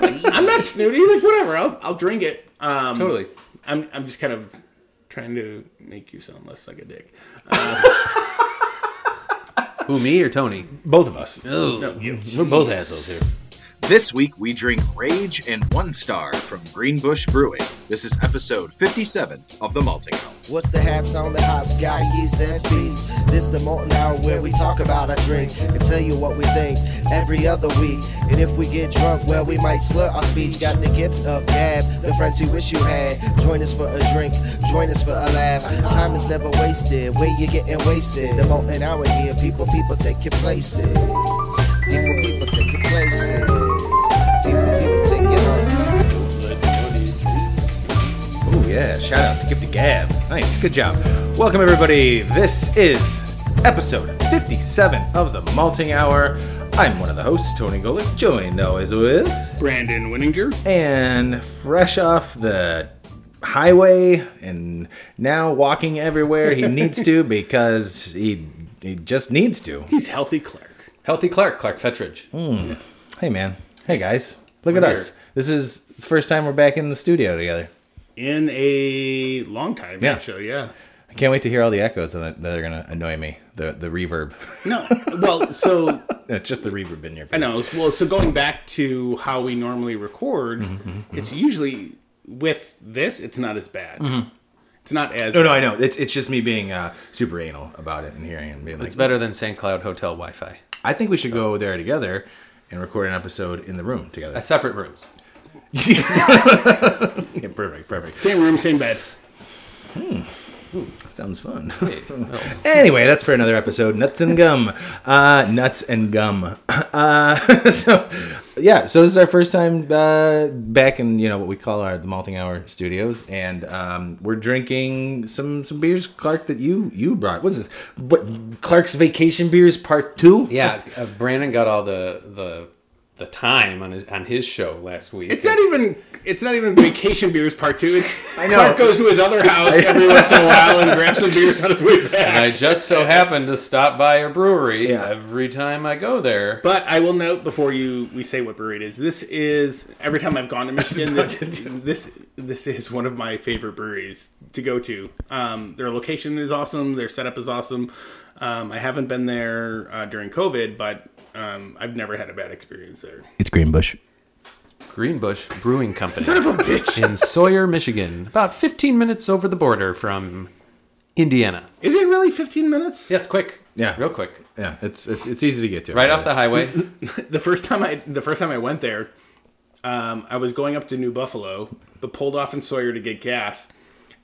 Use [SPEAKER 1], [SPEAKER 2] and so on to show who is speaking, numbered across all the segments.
[SPEAKER 1] good, Snooty. Like whatever, I'll I'll drink it. Um,
[SPEAKER 2] Totally.
[SPEAKER 1] I'm I'm just kind of trying to make you sound less like a dick.
[SPEAKER 2] Who, me or Tony?
[SPEAKER 3] Both of us.
[SPEAKER 2] Oh.
[SPEAKER 3] We're both assholes here.
[SPEAKER 4] This week we drink Rage and One Star from Greenbush Brewing. This is episode 57 of The Malting Hour.
[SPEAKER 5] What's the haps on the hops? Got yeast and speeds. This the molten hour where we talk about our drink and tell you what we think every other week. And if we get drunk, well, we might slur our speech. Got the gift of gab, the friends you wish you had. Join us for a drink, join us for a laugh. Time is never wasted, where you getting wasted. The molten hour here, people, people take your places. People, people take your places. People, people take your.
[SPEAKER 3] Oh yeah, shout out to Gift of Gab. Nice, good job. Welcome everybody. This is episode 57 of the Malting Hour. I'm one of the hosts, Tony Golick, joined always with
[SPEAKER 1] Brandon Winninger.
[SPEAKER 3] and fresh off the highway and now walking everywhere he needs to because he he just needs to.
[SPEAKER 1] He's healthy clerk.
[SPEAKER 2] Healthy Clark, Clark Fetridge.
[SPEAKER 3] Hey man. Hey guys. Look
[SPEAKER 2] We're
[SPEAKER 3] at us.
[SPEAKER 2] here.
[SPEAKER 3] This is the first time we're back in the studio together.
[SPEAKER 1] In a long time,
[SPEAKER 3] Yeah.
[SPEAKER 1] actually, yeah.
[SPEAKER 3] I can't wait to hear all the echoes that, that are going to annoy me. The the reverb.
[SPEAKER 1] No, well, so
[SPEAKER 3] it's just the reverb in your
[SPEAKER 1] I know. Well, so going back to how we normally record,
[SPEAKER 3] Mm-hmm,
[SPEAKER 1] it's usually with this, it's not as bad. It's not as
[SPEAKER 3] Mm-hmm. No, no, I know. It's it's just me being uh, super anal about it and hearing it and being like,
[SPEAKER 2] It's better than St. Cloud Hotel Wi Fi.
[SPEAKER 3] I think we should go there together and record an episode in the room together.
[SPEAKER 2] Uh, Separate rooms.
[SPEAKER 3] Yeah, perfect, perfect.
[SPEAKER 1] same room, same bed.
[SPEAKER 3] Sounds fun.
[SPEAKER 2] Hey, well,
[SPEAKER 3] Oh. anyway, that's for another episode. Nuts and gum. Uh, nuts and gum. Uh, so, yeah, so this is our first time uh, back in you know what we call our the malting hour studios, and um, we're drinking some some beers, Clark, that you you brought. What's this? What Clark's Vacation Beers Part Two?
[SPEAKER 2] yeah, uh, Brandon got all the the the time on his on his show last week.
[SPEAKER 1] It's not even. It's not even vacation beers part two. It's
[SPEAKER 3] know.
[SPEAKER 1] Clark goes to his other house every once in a while and grabs some beers on his way back.
[SPEAKER 2] and I just so happen to stop by a brewery
[SPEAKER 3] Yeah.
[SPEAKER 2] every time I go there.
[SPEAKER 1] But I will note before you we say what brewery it is. This is every time I've gone to Michigan. This this this is one of my favorite breweries to go to. Um, their location is awesome. Their setup is awesome. Um, I haven't been there uh, during COVID, but um, I've never had a bad experience there.
[SPEAKER 3] It's Greenbush.
[SPEAKER 2] Greenbush Brewing Company
[SPEAKER 1] Son of a bitch!
[SPEAKER 2] in Sawyer, Michigan, about 15 minutes over the border from Indiana.
[SPEAKER 1] Is it really 15 minutes?
[SPEAKER 2] Yeah, it's quick.
[SPEAKER 3] Yeah.
[SPEAKER 2] real quick.
[SPEAKER 3] Yeah, it's it's, it's easy to get to.
[SPEAKER 2] Right off the highway.
[SPEAKER 1] The first time I the first time I went there, um, I was going up to New Buffalo, but pulled off in Sawyer to get gas,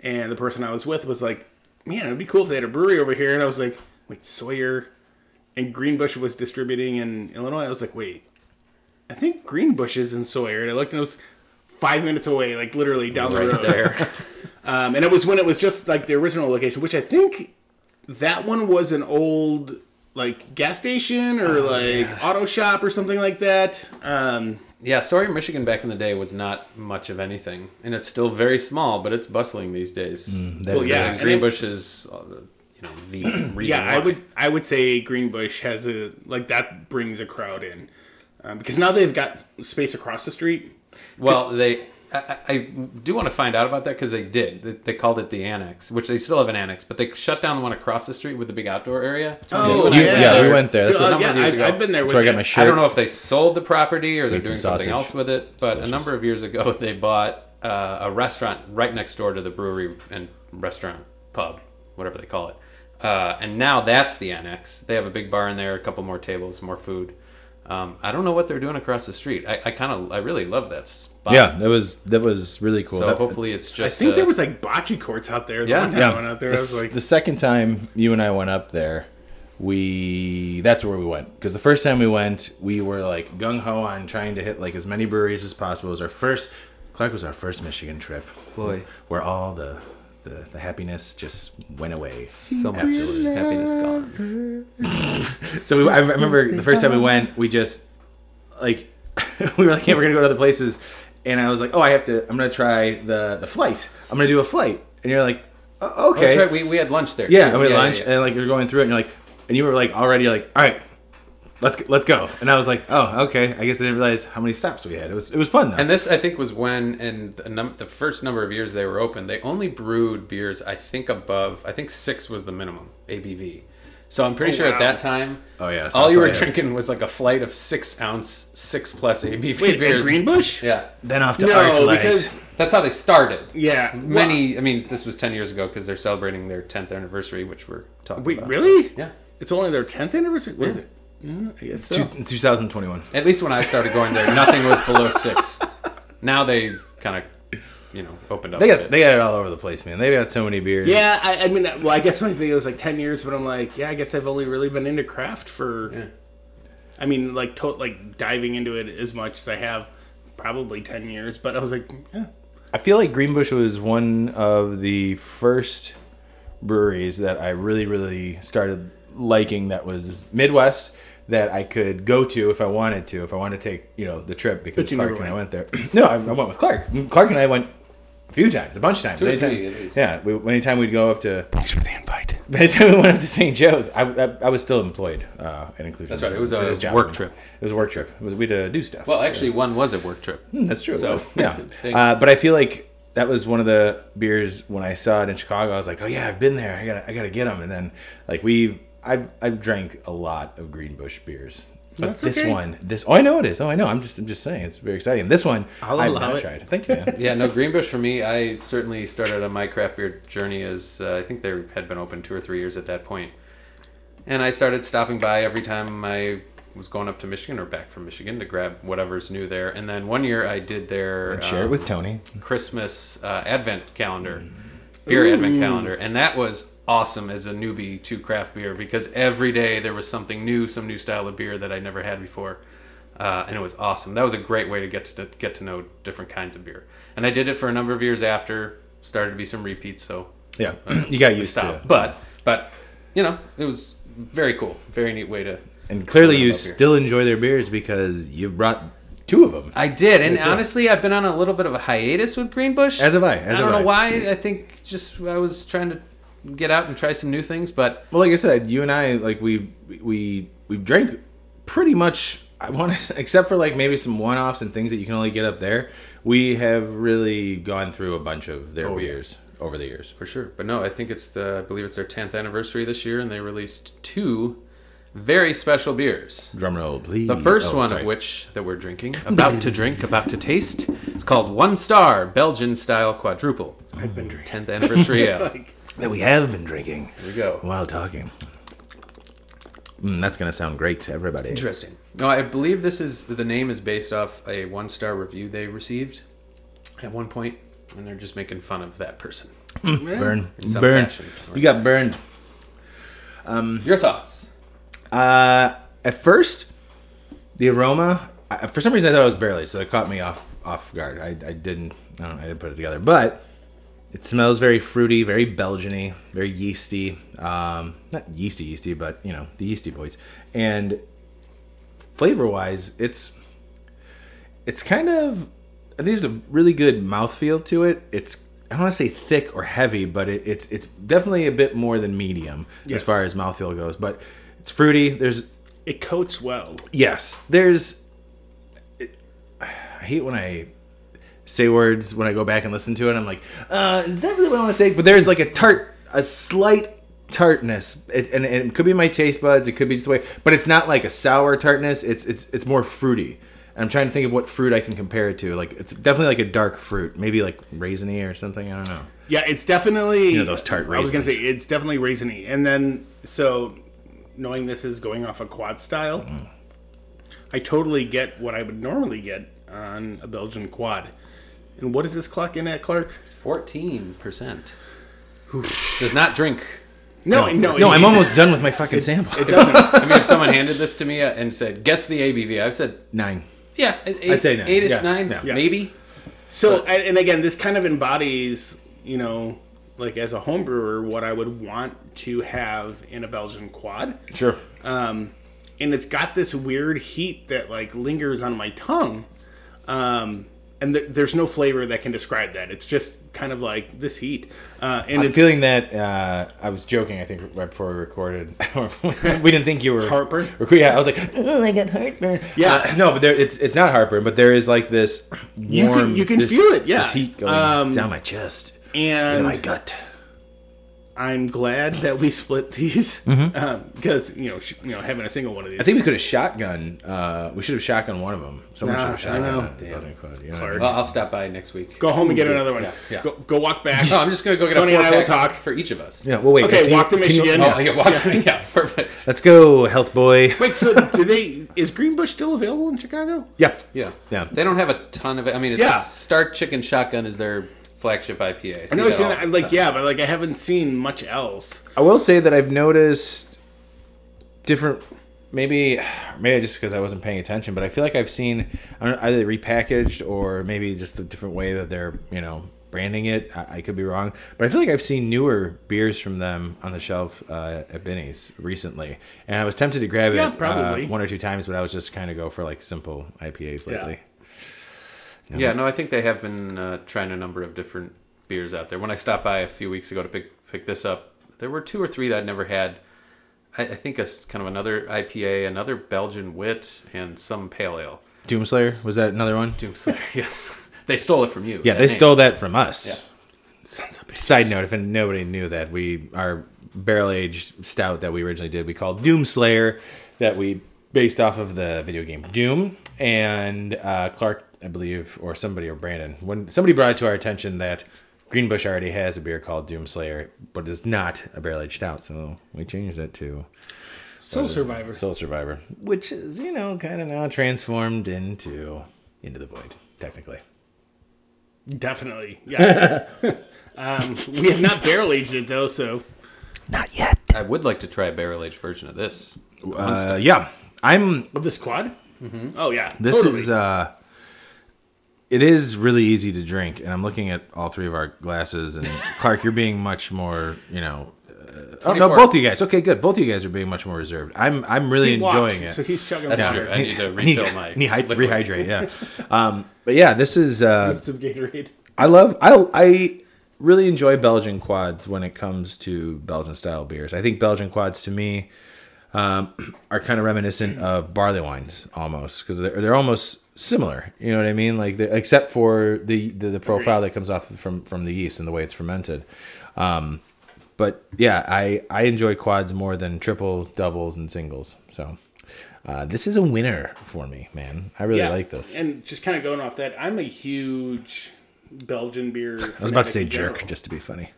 [SPEAKER 1] and the person I was with was like, "Man, it'd be cool if they had a brewery over here." And I was like, "Wait, Sawyer and Greenbush was distributing in Illinois." I was like, "Wait, I think Greenbush is in Sawyer." And I looked, and it was five minutes away, like literally down the road.
[SPEAKER 2] there.
[SPEAKER 1] Um, and it was when it was just like the original location, which I think that one was an old like gas station or like auto shop or something like that. Um,
[SPEAKER 2] Yeah, Sawyer, Michigan back in the day was not much of anything. And it's still very small, but it's bustling these days.
[SPEAKER 3] Mm,
[SPEAKER 1] well, yeah,
[SPEAKER 2] And
[SPEAKER 1] and it-
[SPEAKER 2] Greenbush is, uh, you know, the reason
[SPEAKER 1] yeah,
[SPEAKER 2] why.
[SPEAKER 1] I would I would say Greenbush has a like that brings a crowd in um, because now they've got space across the street.
[SPEAKER 2] Well, they. I, I- I do want to find out about that because they did. They, they called it the annex, which they still have an annex, but they shut down the one across the street with the big outdoor area.
[SPEAKER 1] Oh,
[SPEAKER 3] you- yeah, we went there. That's
[SPEAKER 1] Dude,
[SPEAKER 3] what-
[SPEAKER 1] uh, yeah,
[SPEAKER 2] years
[SPEAKER 1] I've,
[SPEAKER 2] ago.
[SPEAKER 1] I've been there.
[SPEAKER 3] That's
[SPEAKER 1] with
[SPEAKER 3] where I got
[SPEAKER 1] it.
[SPEAKER 3] my shirt.
[SPEAKER 2] I don't know if they sold the property or they're
[SPEAKER 3] Made some
[SPEAKER 2] doing something
[SPEAKER 3] sausage.
[SPEAKER 2] else with it, but a
[SPEAKER 3] delicious.
[SPEAKER 2] number of years ago they bought uh, a restaurant right next door to the brewery and restaurant pub, whatever they call it. Uh, and now that's the annex. They have a big bar in there, a couple more tables, more food. Um, I don't know what they're doing across the street. I, I kind of, I really love that spot.
[SPEAKER 3] Yeah, that was that was really cool.
[SPEAKER 2] So
[SPEAKER 3] That-
[SPEAKER 2] hopefully it's
[SPEAKER 1] I
[SPEAKER 2] just.
[SPEAKER 1] think
[SPEAKER 2] a-
[SPEAKER 1] there was like bocce courts out there. The
[SPEAKER 2] Yeah.
[SPEAKER 1] one time I
[SPEAKER 3] yeah,
[SPEAKER 1] went out
[SPEAKER 3] the,
[SPEAKER 1] there. I was
[SPEAKER 3] s-
[SPEAKER 1] like,
[SPEAKER 3] the second time you and I went up there, we that's where we went because the first time we went, we were like gung ho on trying to hit like as many breweries as possible. It was our first. Clark was our first Michigan trip.
[SPEAKER 2] Boy.
[SPEAKER 3] where all the the, the happiness just went away.
[SPEAKER 2] so much
[SPEAKER 3] afterwards.
[SPEAKER 2] happiness gone.
[SPEAKER 3] So we, I remember the first time we went, we just like we were like, "Hey, we're gonna go to other places," and I was like, "Oh, I have to. I'm gonna try the the flight. I'm gonna do a flight." And you're like, "Oh, "Okay,
[SPEAKER 2] That's right. We, we had lunch there.
[SPEAKER 3] yeah."
[SPEAKER 2] too.
[SPEAKER 3] And we had lunch,
[SPEAKER 2] yeah.
[SPEAKER 3] and like you're going through it, and you're like, and you were like already like, "All right, let's let's go. And I was like, oh, okay. I guess I didn't realize how many stops we had. It was it was fun though.
[SPEAKER 2] And this, I think, was when in the, num- the first number of years they were open, they only brewed beers, I think, above, I think six was the minimum ABV. So I'm pretty sure at that time,
[SPEAKER 3] Oh, yeah,
[SPEAKER 2] all
[SPEAKER 3] sounds
[SPEAKER 2] you were
[SPEAKER 3] about right.
[SPEAKER 2] drinking was like a flight of six ounce, six plus ABV
[SPEAKER 1] Wait, at
[SPEAKER 2] beers.
[SPEAKER 1] Greenbush?
[SPEAKER 2] Yeah,
[SPEAKER 3] then off to
[SPEAKER 1] No,
[SPEAKER 3] Arclight.
[SPEAKER 1] because
[SPEAKER 2] that's how they started.
[SPEAKER 1] yeah,
[SPEAKER 2] Many, I mean, this was 10 years ago because they're celebrating their 10th anniversary, which we're talking
[SPEAKER 1] Wait,
[SPEAKER 2] about.
[SPEAKER 1] really?
[SPEAKER 2] Yeah.
[SPEAKER 1] It's only their tenth anniversary. What is it? Mm, I guess so.
[SPEAKER 3] Two- 2021.
[SPEAKER 2] At least when I started going there, nothing was below six. Now they kind of, you know, opened up.
[SPEAKER 3] They
[SPEAKER 2] a
[SPEAKER 3] got
[SPEAKER 2] bit.
[SPEAKER 3] they got it all over the place, man. They got so many beers.
[SPEAKER 1] Yeah, I, I mean, well, I guess my thing was like ten years, but I'm like, yeah, I guess I've only really been into craft for.
[SPEAKER 2] Yeah.
[SPEAKER 1] I mean, like, to- like diving into it as much as I have, probably ten years. But I was like, yeah,
[SPEAKER 3] I feel like Greenbush was one of the first breweries that I really, really started liking that was Midwest that I could go to if I wanted to, if I wanted to take, you know, the trip because
[SPEAKER 1] But you
[SPEAKER 3] Clark
[SPEAKER 1] never
[SPEAKER 3] and I went there. no, I, I went with Clark. Clark and I went a few times, a bunch of times.
[SPEAKER 2] Two or
[SPEAKER 3] Anytime-
[SPEAKER 2] three, at least.
[SPEAKER 3] Yeah, we, anytime we'd go up to,
[SPEAKER 1] thanks for the invite.
[SPEAKER 3] anytime we went up to St. Joe's, I, I, I was still employed uh, at Inclusion.
[SPEAKER 2] That's right, it was a
[SPEAKER 3] At his job.
[SPEAKER 2] work trip.
[SPEAKER 3] It was a work trip. It was, we'd uh, do stuff.
[SPEAKER 2] Well, actually, one was a work trip.
[SPEAKER 3] That's true. it
[SPEAKER 2] So-
[SPEAKER 3] was. yeah.
[SPEAKER 2] Thank you.
[SPEAKER 3] Uh, but I feel like that was one of the beers when I saw it in Chicago. I was like, oh yeah, I've been there. I gotta, I gotta get them. And then like we, I've, I've drank a lot of Greenbush beers, but
[SPEAKER 1] That's
[SPEAKER 3] this
[SPEAKER 1] okay.
[SPEAKER 3] one, this, oh I know it is. Oh I know. I'm just, I'm just saying, it's very exciting. This one,
[SPEAKER 1] I'll
[SPEAKER 3] I've
[SPEAKER 1] allow
[SPEAKER 3] not
[SPEAKER 1] it.
[SPEAKER 3] tried. Thank you. Man.
[SPEAKER 2] Yeah, no, Greenbush for me, I certainly started on my craft beer journey as uh, I think they had been open two or three years at that point. And I started stopping by every time I was going up to Michigan or back from Michigan to grab whatever's new there. And then one year I did their
[SPEAKER 3] Share it
[SPEAKER 2] um,
[SPEAKER 3] with Tony.
[SPEAKER 2] Christmas uh, Advent calendar, beer Advent calendar, and that was awesome as a newbie to craft beer because every day there was something new, some new style of beer that I never had before, uh, and it was awesome. That was a great way to get to get to know different kinds of beer, and I did it for a number of years after. Started to be some repeats, so
[SPEAKER 3] Yeah. you got used to
[SPEAKER 2] stop.
[SPEAKER 3] it.
[SPEAKER 2] But but you know it was very cool, very neat way to.
[SPEAKER 3] And clearly
[SPEAKER 2] Learn
[SPEAKER 3] you
[SPEAKER 2] about beer.
[SPEAKER 3] still enjoy their beers because you brought two of them.
[SPEAKER 2] I did, and
[SPEAKER 3] Me too.
[SPEAKER 2] honestly, I've been on a little bit of a hiatus with Greenbush.
[SPEAKER 3] As have I, as
[SPEAKER 2] I don't
[SPEAKER 3] have
[SPEAKER 2] know
[SPEAKER 3] I.
[SPEAKER 2] why. I think just I was trying to get out and try some new things, but
[SPEAKER 3] Well, like I said, you and I like we we we drank pretty much. I want to, except for like maybe some one offs and things that you can only get up there. We have really gone through a bunch of their
[SPEAKER 2] Oh,
[SPEAKER 3] beers over the years.
[SPEAKER 2] for sure. But no, I think it's the I believe it's their tenth anniversary this year, and they released two very special beers.
[SPEAKER 3] Drum roll, please.
[SPEAKER 2] The first
[SPEAKER 3] Oh,
[SPEAKER 2] one
[SPEAKER 3] sorry.
[SPEAKER 2] of which that we're drinking, about to drink, about to taste, it's called One Star Belgian Style Quadruple. I've been drinking. Tenth anniversary ale. Here
[SPEAKER 3] that we have been drinking
[SPEAKER 2] we go.
[SPEAKER 3] while talking. Mm, that's gonna sound great to everybody.
[SPEAKER 2] Interesting. No, I believe this is the name is based off a one star review they received at one point, and they're just making fun of that person.
[SPEAKER 3] Burn,
[SPEAKER 2] some
[SPEAKER 3] burn.
[SPEAKER 2] fashion.
[SPEAKER 3] We got burned.
[SPEAKER 2] Your thoughts?
[SPEAKER 3] Uh, at first, the aroma. I, for some reason, I thought it was barley, so it caught me off off guard. I, I didn't. I don't. know, I didn't put it together, but it smells very fruity, very Belgiany, very yeasty. Um, not yeasty, yeasty, but you know the yeasty boys. And flavor wise, it's it's kind of I think there's a really good mouthfeel to it. It's I don't want to say thick or heavy, but it, it's it's definitely a bit more than medium
[SPEAKER 1] Yes.
[SPEAKER 3] as far as mouthfeel goes. But it's fruity. There's
[SPEAKER 1] It coats well.
[SPEAKER 3] yes, there's. I hate when I say words when I go back and listen to it. I'm like, uh, is that really what I want to say? But there's like a tart, a slight tartness, it, and, and it could be my taste buds. It could be just the way, but it's not like a sour tartness. It's it's it's more fruity. And I'm trying to think of what fruit I can compare it to. Like it's definitely like a dark fruit, maybe like raisiny or something. I don't know.
[SPEAKER 1] Yeah, it's definitely
[SPEAKER 3] know those tart
[SPEAKER 1] I was gonna
[SPEAKER 3] raisins.
[SPEAKER 1] say it's definitely raisiny, and then so knowing this is going off a quad style, I totally get what I would normally get on a Belgian quad. And what is this clock in at, Clark?
[SPEAKER 2] Fourteen percent. Does not drink.
[SPEAKER 1] No, no,
[SPEAKER 3] No,
[SPEAKER 1] Oh, it-
[SPEAKER 3] I'm almost done with my fucking sample.
[SPEAKER 1] It doesn't.
[SPEAKER 2] I mean, if someone handed this to me uh, and said, "Guess the ABV," I've said,
[SPEAKER 3] Nine.
[SPEAKER 2] "Yeah, eight,
[SPEAKER 3] I'd say nine.
[SPEAKER 2] eight-ish,
[SPEAKER 3] Yeah,
[SPEAKER 2] nine,
[SPEAKER 3] yeah.
[SPEAKER 1] Yeah.
[SPEAKER 2] maybe."
[SPEAKER 1] so, and and again, this kind of embodies, you know, like as a home brewer, what I would want to have in a Belgian quad.
[SPEAKER 3] Sure.
[SPEAKER 1] um, and it's got this weird heat that like lingers on my tongue. Um, and th- there's no flavor that can describe that. It's just kind of like this heat. Uh, and
[SPEAKER 3] I'm
[SPEAKER 1] it's
[SPEAKER 3] feeling that uh, I was joking. I think right before we recorded, we didn't think you were
[SPEAKER 1] Heartburn?
[SPEAKER 3] Yeah, I was like, oh, I got heartburn.
[SPEAKER 1] Yeah.
[SPEAKER 3] Uh, no, but there, it's it's not heartburn, but there is like this warm.
[SPEAKER 1] can- you can
[SPEAKER 3] this-
[SPEAKER 1] feel it, yeah.
[SPEAKER 3] this heat going
[SPEAKER 1] Um,
[SPEAKER 3] down my chest, in
[SPEAKER 1] and
[SPEAKER 3] my gut.
[SPEAKER 1] I'm glad that we split these um, because you know sh- you know having a single one of these.
[SPEAKER 3] Mm-hmm. I think we could have shotgun. Uh, we should have shotgun one of them. Someone
[SPEAKER 1] Nah,
[SPEAKER 3] should have shotgun.
[SPEAKER 1] I know.
[SPEAKER 3] that, quote unquote, you know what I mean?
[SPEAKER 2] Well, I'll stop by next week.
[SPEAKER 1] go home and get another one.
[SPEAKER 2] yeah.
[SPEAKER 1] Go, go walk back.
[SPEAKER 2] No, I'm just gonna go get
[SPEAKER 1] Tony
[SPEAKER 2] a
[SPEAKER 1] and
[SPEAKER 2] four
[SPEAKER 1] I will
[SPEAKER 2] pack
[SPEAKER 1] talk.
[SPEAKER 2] for each of us.
[SPEAKER 3] Yeah. Well, wait.
[SPEAKER 1] Okay,
[SPEAKER 3] can you-
[SPEAKER 1] walk to
[SPEAKER 3] can you-
[SPEAKER 1] Michigan.
[SPEAKER 2] Oh, yeah, watch me. Yeah, perfect.
[SPEAKER 3] Let's go, health boy.
[SPEAKER 1] Wait, so do they? Is Greenbush still available in Chicago?
[SPEAKER 3] Yeah.
[SPEAKER 2] Yeah.
[SPEAKER 3] Yeah.
[SPEAKER 2] They don't have a ton of it. I mean, it's
[SPEAKER 1] Yeah.
[SPEAKER 2] Stark Chicken Shotgun is their flagship IPA.
[SPEAKER 1] I
[SPEAKER 2] See
[SPEAKER 1] know I've seen
[SPEAKER 2] all
[SPEAKER 1] that.
[SPEAKER 2] the
[SPEAKER 1] Like
[SPEAKER 2] time.
[SPEAKER 1] yeah, but like I haven't seen much else.
[SPEAKER 3] I will say that I've noticed different. Maybe, maybe just because I wasn't paying attention, but I feel like I've seen I don't know, either repackaged or maybe just the different way that they're you know branding it. I, I could be wrong, but I feel like I've seen newer beers from them on the shelf uh, at Benny's recently, and I was tempted to grab
[SPEAKER 1] Yeah,
[SPEAKER 3] it uh,
[SPEAKER 1] probably.
[SPEAKER 3] one or two times, but I was just kind of go for like simple IPAs
[SPEAKER 1] Yeah.
[SPEAKER 3] lately.
[SPEAKER 2] Yeah, no, I think they have been uh, trying a number of different beers out there. When I stopped by a few weeks ago to pick pick this up, there were two or three that I'd never had. I, I think a s- kind of another IPA, another Belgian wit, and some pale ale.
[SPEAKER 3] Doomslayer was that another one?
[SPEAKER 2] Doom Slayer, yes. They stole it from you.
[SPEAKER 3] Yeah,
[SPEAKER 2] that
[SPEAKER 3] they
[SPEAKER 2] name.
[SPEAKER 3] stole that from us.
[SPEAKER 1] Sons of bitches.
[SPEAKER 3] Side note, if nobody knew that, we our barrel aged stout that we originally did, we called Doom Slayer, that we based off of the video game Doom, and uh, Clark, I believe, or somebody or Brandon, when somebody brought it to our attention that Greenbush already has a beer called Doom Slayer, but it's not a barrel aged stout, so we changed it to
[SPEAKER 1] Soul Survivor.
[SPEAKER 3] Soul Survivor, which is you know kind of now transformed into into the void technically.
[SPEAKER 1] Definitely. Yeah. um, we have not barrel aged it though, so
[SPEAKER 2] I would like to try a barrel aged version of this.
[SPEAKER 3] Uh, yeah, I'm
[SPEAKER 1] of this quad. Oh yeah,
[SPEAKER 3] Mm-hmm. This
[SPEAKER 1] totally.
[SPEAKER 3] is uh it is really easy to drink and I'm looking at all three of our glasses and Clark you're being much more, you know, uh, oh no,
[SPEAKER 2] 24.
[SPEAKER 3] both of you guys. Okay, good. Both of you guys are being much more reserved. I'm I'm really
[SPEAKER 1] He walked,
[SPEAKER 3] enjoying it.
[SPEAKER 1] So he's chugging
[SPEAKER 2] That's
[SPEAKER 1] water.
[SPEAKER 2] true. I need to
[SPEAKER 3] I need-
[SPEAKER 2] refill my.
[SPEAKER 3] I need hy-
[SPEAKER 2] liquids.
[SPEAKER 3] rehydrate, yeah. um but yeah, this is uh
[SPEAKER 1] Some Gatorade.
[SPEAKER 3] I love I I really enjoy Belgian quads when it comes to Belgian style beers. I think Belgian quads to me um, are kind of reminiscent of barley wines almost because they're, they're almost similar. You know what I mean? Like they're- except for the the, the profile that comes off from from the yeast and the way it's fermented. Um, but yeah, I I enjoy quads more than triple, doubles, and singles. So. Uh, this is a winner for me, man. I really like this.
[SPEAKER 1] And just kind of going off that, I'm a huge Belgian beer.
[SPEAKER 3] I was about to say jerk just to be funny.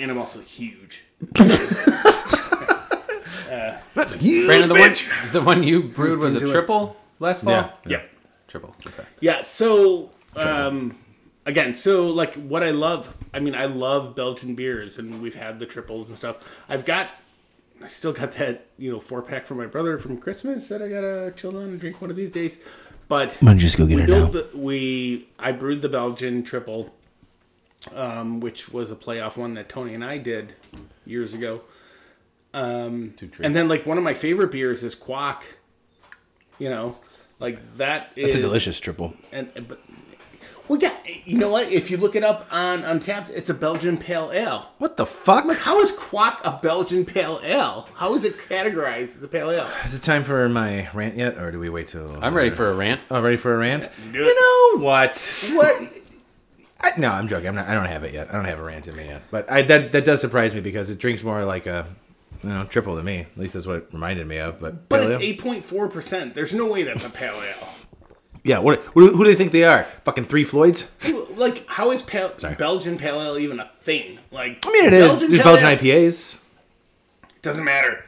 [SPEAKER 1] and I'm also huge.
[SPEAKER 3] That's huge,
[SPEAKER 2] Brandon, the one, the one you brewed was a triple last fall?
[SPEAKER 3] Yeah.
[SPEAKER 1] Yeah.
[SPEAKER 2] Triple. Okay.
[SPEAKER 1] Yeah. So, um, again, so like what I love, I mean, I love Belgian beers, and we've had the triples and stuff. I've got, I still got that you know four pack from my brother from Christmas that I gotta chill on and drink one of these days. But
[SPEAKER 3] I'm just go get
[SPEAKER 1] we
[SPEAKER 3] it
[SPEAKER 1] built the, we I brewed the Belgian triple, um, which was a playoff one that Tony and I did years ago. Um, and then like one of my favorite beers is Quack. You know, like that is
[SPEAKER 3] It's a delicious triple.
[SPEAKER 1] and and- but well, yeah, you know what? If you look it up on Untapped, it's a Belgian pale ale.
[SPEAKER 3] What the fuck?
[SPEAKER 1] How is Quack a Belgian pale ale? How is it categorized as a pale ale?
[SPEAKER 3] Is it time for my rant yet, or do we wait till?
[SPEAKER 2] I'm ready for a rant.
[SPEAKER 3] Oh, ready for a rant?
[SPEAKER 1] do
[SPEAKER 3] You know what? What? I, no, I'm joking. I'm not. I don't have it yet. I don't have a rant in me yet. But I that that does surprise me because it drinks more like a, you know, triple to me. At least that's what it reminded me of. But
[SPEAKER 1] But
[SPEAKER 3] Paleo?
[SPEAKER 1] it's eight point four percent. There's no way that's a pale ale.
[SPEAKER 3] yeah. What? Who, who do they think they are? Fucking three Floyds?
[SPEAKER 1] like how is pale, Belgian pale ale even a thing? Like
[SPEAKER 3] I mean, it is. There's
[SPEAKER 1] pale
[SPEAKER 3] Belgian
[SPEAKER 1] ale-
[SPEAKER 3] IPAs.
[SPEAKER 1] Doesn't matter.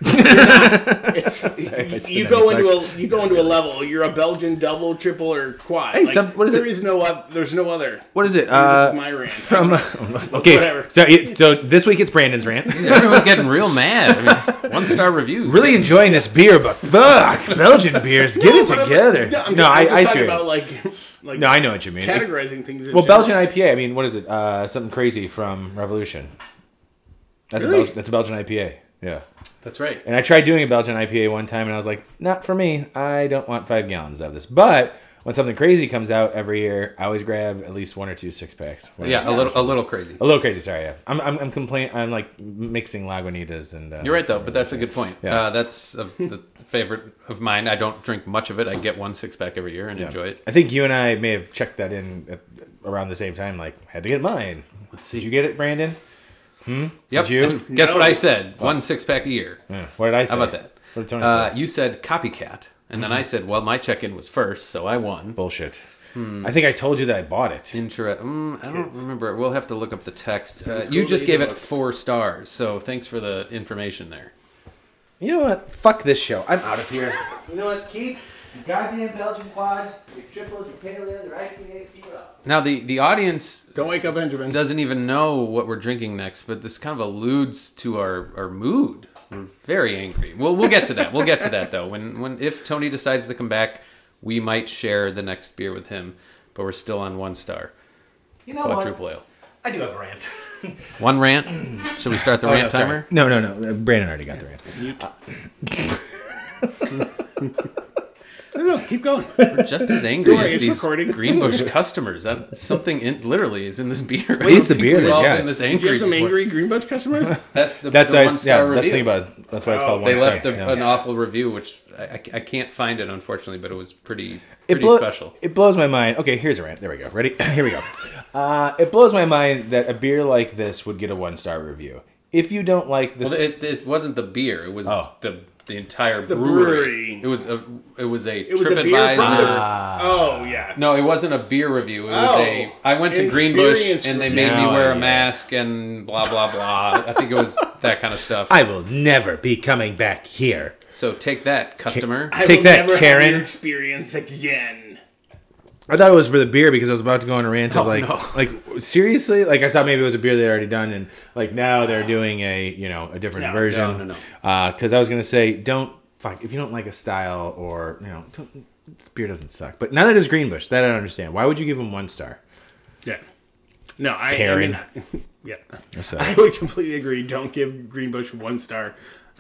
[SPEAKER 1] It's-
[SPEAKER 3] it's
[SPEAKER 1] you
[SPEAKER 3] been
[SPEAKER 1] go
[SPEAKER 3] that
[SPEAKER 1] into a you go into a level. You're a Belgian double, triple, or quad.
[SPEAKER 3] Hey, some- what is
[SPEAKER 1] there
[SPEAKER 3] it?
[SPEAKER 1] is no oth- there's no other.
[SPEAKER 3] What is it?
[SPEAKER 1] this
[SPEAKER 3] uh,
[SPEAKER 1] is my rant.
[SPEAKER 3] From okay.
[SPEAKER 1] Whatever.
[SPEAKER 3] So it, so this week it's Brandon's rant.
[SPEAKER 2] Everyone's getting real mad. I mean, one star reviews.
[SPEAKER 3] really enjoying this beer, but fuck, Belgian beers, get
[SPEAKER 1] No,
[SPEAKER 3] it
[SPEAKER 1] but I'm-
[SPEAKER 3] together.
[SPEAKER 1] No,
[SPEAKER 3] No,
[SPEAKER 1] I'm, no,
[SPEAKER 3] I,
[SPEAKER 1] I'm just
[SPEAKER 3] I
[SPEAKER 1] talking
[SPEAKER 3] see.
[SPEAKER 1] about
[SPEAKER 3] About,
[SPEAKER 1] like, like
[SPEAKER 3] no, I know what you mean. It-
[SPEAKER 1] categorizing things. In
[SPEAKER 3] well,
[SPEAKER 1] general.
[SPEAKER 3] Belgian IPA. I mean, what is it? Uh, something crazy from Revolution. That's a
[SPEAKER 1] Really?
[SPEAKER 3] Bel- that's a Belgian IPA. Yeah.
[SPEAKER 2] That's right.
[SPEAKER 3] And I tried doing a Belgian IPA one time, and I was like, not for me. I don't want five gallons of this. But when something crazy comes out every year, I always grab at least one or two six packs.
[SPEAKER 2] Yeah, a little, a little crazy.
[SPEAKER 3] A little crazy, sorry. Yeah, I'm, I'm, I'm complaining. I'm like mixing Lagunitas and. Uh,
[SPEAKER 2] You're right though, but that's a good point.
[SPEAKER 3] Yeah.
[SPEAKER 2] Uh, that's a, the favorite of mine. I don't drink much of it. I get one six pack every year and enjoy it.
[SPEAKER 3] I think you and I may have checked that in at, around the same time. Like, had to get mine. Let's see. Did you get it, Brandon?
[SPEAKER 2] Yep.
[SPEAKER 3] you?
[SPEAKER 2] And Guess what
[SPEAKER 1] No.
[SPEAKER 2] I said? One six pack a year.
[SPEAKER 3] Yeah. What did I say?
[SPEAKER 2] Hmm. How about that?
[SPEAKER 3] What Mm-hmm. did Tony
[SPEAKER 2] uh,
[SPEAKER 3] say?
[SPEAKER 2] You said copycat, and then I said, "Well, my check-in was first, so I won."
[SPEAKER 3] Bullshit.
[SPEAKER 2] Hmm.
[SPEAKER 3] I think I told you that I bought it.
[SPEAKER 2] Intra- mm, I don't remember. We'll have to look up the text. Uh,
[SPEAKER 1] was
[SPEAKER 2] you
[SPEAKER 1] cool
[SPEAKER 2] just
[SPEAKER 1] that you
[SPEAKER 2] gave it
[SPEAKER 1] looked.
[SPEAKER 2] four stars, so thanks for the information there.
[SPEAKER 3] You know what? Fuck this show. I'm out of here. you know what? Keep your goddamn Belgian quads, your triples, your paleos, your IPAs. Keep it up.
[SPEAKER 2] Now the the audience
[SPEAKER 1] Don't wake up, Benjamin.
[SPEAKER 2] doesn't even know what we're drinking next, but this kind of alludes to our, our mood. We're very angry. Well, we'll get to that. We'll get to that though. When when if Tony decides to come back, we might share the next beer with him. But we're still on one star
[SPEAKER 3] You know
[SPEAKER 2] quadruple
[SPEAKER 3] what?
[SPEAKER 2] ale.
[SPEAKER 3] I do have a rant.
[SPEAKER 2] One rant. Should we start the
[SPEAKER 1] Oh,
[SPEAKER 2] rant Oh, timer?
[SPEAKER 3] Oh, No, no, no. Uh, Brandon already got the rant.
[SPEAKER 1] No, no, keep going.
[SPEAKER 2] We're just as angry
[SPEAKER 1] worry,
[SPEAKER 2] as
[SPEAKER 1] it's
[SPEAKER 2] these
[SPEAKER 1] recorded.
[SPEAKER 2] Greenbush customers. That something in, literally is in this beer. I
[SPEAKER 3] it's
[SPEAKER 2] don't
[SPEAKER 3] the
[SPEAKER 2] think
[SPEAKER 3] beer
[SPEAKER 2] we've
[SPEAKER 3] that-
[SPEAKER 2] all
[SPEAKER 3] yeah.
[SPEAKER 2] been this
[SPEAKER 1] Do you
[SPEAKER 2] angry.
[SPEAKER 1] have some
[SPEAKER 2] before.
[SPEAKER 1] angry Green Bunch customers?
[SPEAKER 2] That's the,
[SPEAKER 3] That's
[SPEAKER 2] the
[SPEAKER 3] why
[SPEAKER 2] one
[SPEAKER 3] it's, yeah,
[SPEAKER 2] star
[SPEAKER 3] that's
[SPEAKER 2] review.
[SPEAKER 3] the thing about it. That's why it's
[SPEAKER 1] Oh,
[SPEAKER 3] called one
[SPEAKER 2] they left
[SPEAKER 3] star.
[SPEAKER 2] a,
[SPEAKER 3] yeah.
[SPEAKER 2] an awful review, which I, I, I can't find it unfortunately, but it was pretty
[SPEAKER 3] it
[SPEAKER 2] pretty
[SPEAKER 3] blow-
[SPEAKER 2] special.
[SPEAKER 3] It blows my mind. Okay, here's a rant. There we go. Ready? Here we go. Uh, it blows my mind that a beer like this would get a one star review. If you don't like this,
[SPEAKER 2] Well, it, it wasn't the beer; it was
[SPEAKER 3] Oh.
[SPEAKER 2] the the entire
[SPEAKER 1] The
[SPEAKER 2] brewery.
[SPEAKER 1] brewery.
[SPEAKER 2] It was a it was a
[SPEAKER 1] It was a beer from the.
[SPEAKER 2] TripAdvisor.
[SPEAKER 3] uh, Ah.
[SPEAKER 1] oh yeah.
[SPEAKER 2] No, it wasn't a beer review. It was
[SPEAKER 1] Oh,
[SPEAKER 2] a. I went to
[SPEAKER 1] an
[SPEAKER 2] Greenbush
[SPEAKER 1] experience
[SPEAKER 2] and they
[SPEAKER 1] review.
[SPEAKER 2] made me
[SPEAKER 3] Now I
[SPEAKER 2] wear a
[SPEAKER 3] get it.
[SPEAKER 2] mask and blah blah blah. I think it was that kind of stuff.
[SPEAKER 3] I will never be coming back here.
[SPEAKER 2] so take that, customer.
[SPEAKER 1] I
[SPEAKER 3] Take
[SPEAKER 1] will
[SPEAKER 3] that,
[SPEAKER 1] never have
[SPEAKER 3] Karen.
[SPEAKER 1] your experience again.
[SPEAKER 3] I thought it was for the beer because I was about to go on a rant of
[SPEAKER 2] Oh,
[SPEAKER 3] like,
[SPEAKER 2] no.
[SPEAKER 3] like seriously, like I thought maybe it was a beer they already done, and like now they're doing a you know a different
[SPEAKER 1] No,
[SPEAKER 3] version.
[SPEAKER 2] no, no, no.
[SPEAKER 3] Because I was gonna say, don't fuck if you don't like a style or you know don't, this beer doesn't suck. But neither does Greenbush. That I don't understand. Why would you give them one star?
[SPEAKER 1] Yeah. No, I.
[SPEAKER 3] Karen.
[SPEAKER 1] I mean, yeah.
[SPEAKER 3] So-
[SPEAKER 1] I would completely agree. Don't give Greenbush one star.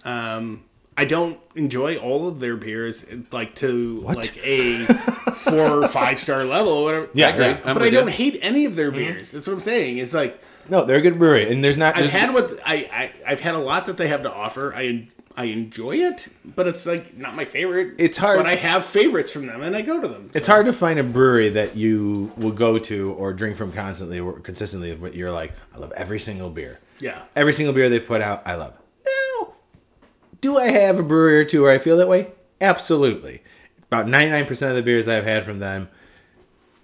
[SPEAKER 1] Um, I don't enjoy all of their beers like to like a four or five star level, or whatever.
[SPEAKER 3] Yeah, yeah.
[SPEAKER 2] I'm
[SPEAKER 1] but I
[SPEAKER 2] with
[SPEAKER 1] don't
[SPEAKER 2] you.
[SPEAKER 1] hate any of their
[SPEAKER 3] Mm-hmm.
[SPEAKER 1] beers. That's what I'm saying. It's like
[SPEAKER 3] No, they're a good brewery, and there's not.
[SPEAKER 1] I've
[SPEAKER 3] there's-
[SPEAKER 1] had what I, I I've had a lot that they have to offer. I I enjoy it, but it's like not my favorite.
[SPEAKER 3] It's hard.
[SPEAKER 1] but I have favorites from them, and I go to them.
[SPEAKER 3] It's hard to find a brewery that you will go to or drink from constantly or consistently. But you're like, I love every single beer.
[SPEAKER 1] Yeah.
[SPEAKER 3] Every single beer they put out, I love. Now, do I have a brewery or two where I feel that way? Absolutely. About 99% of the beers I've had from them,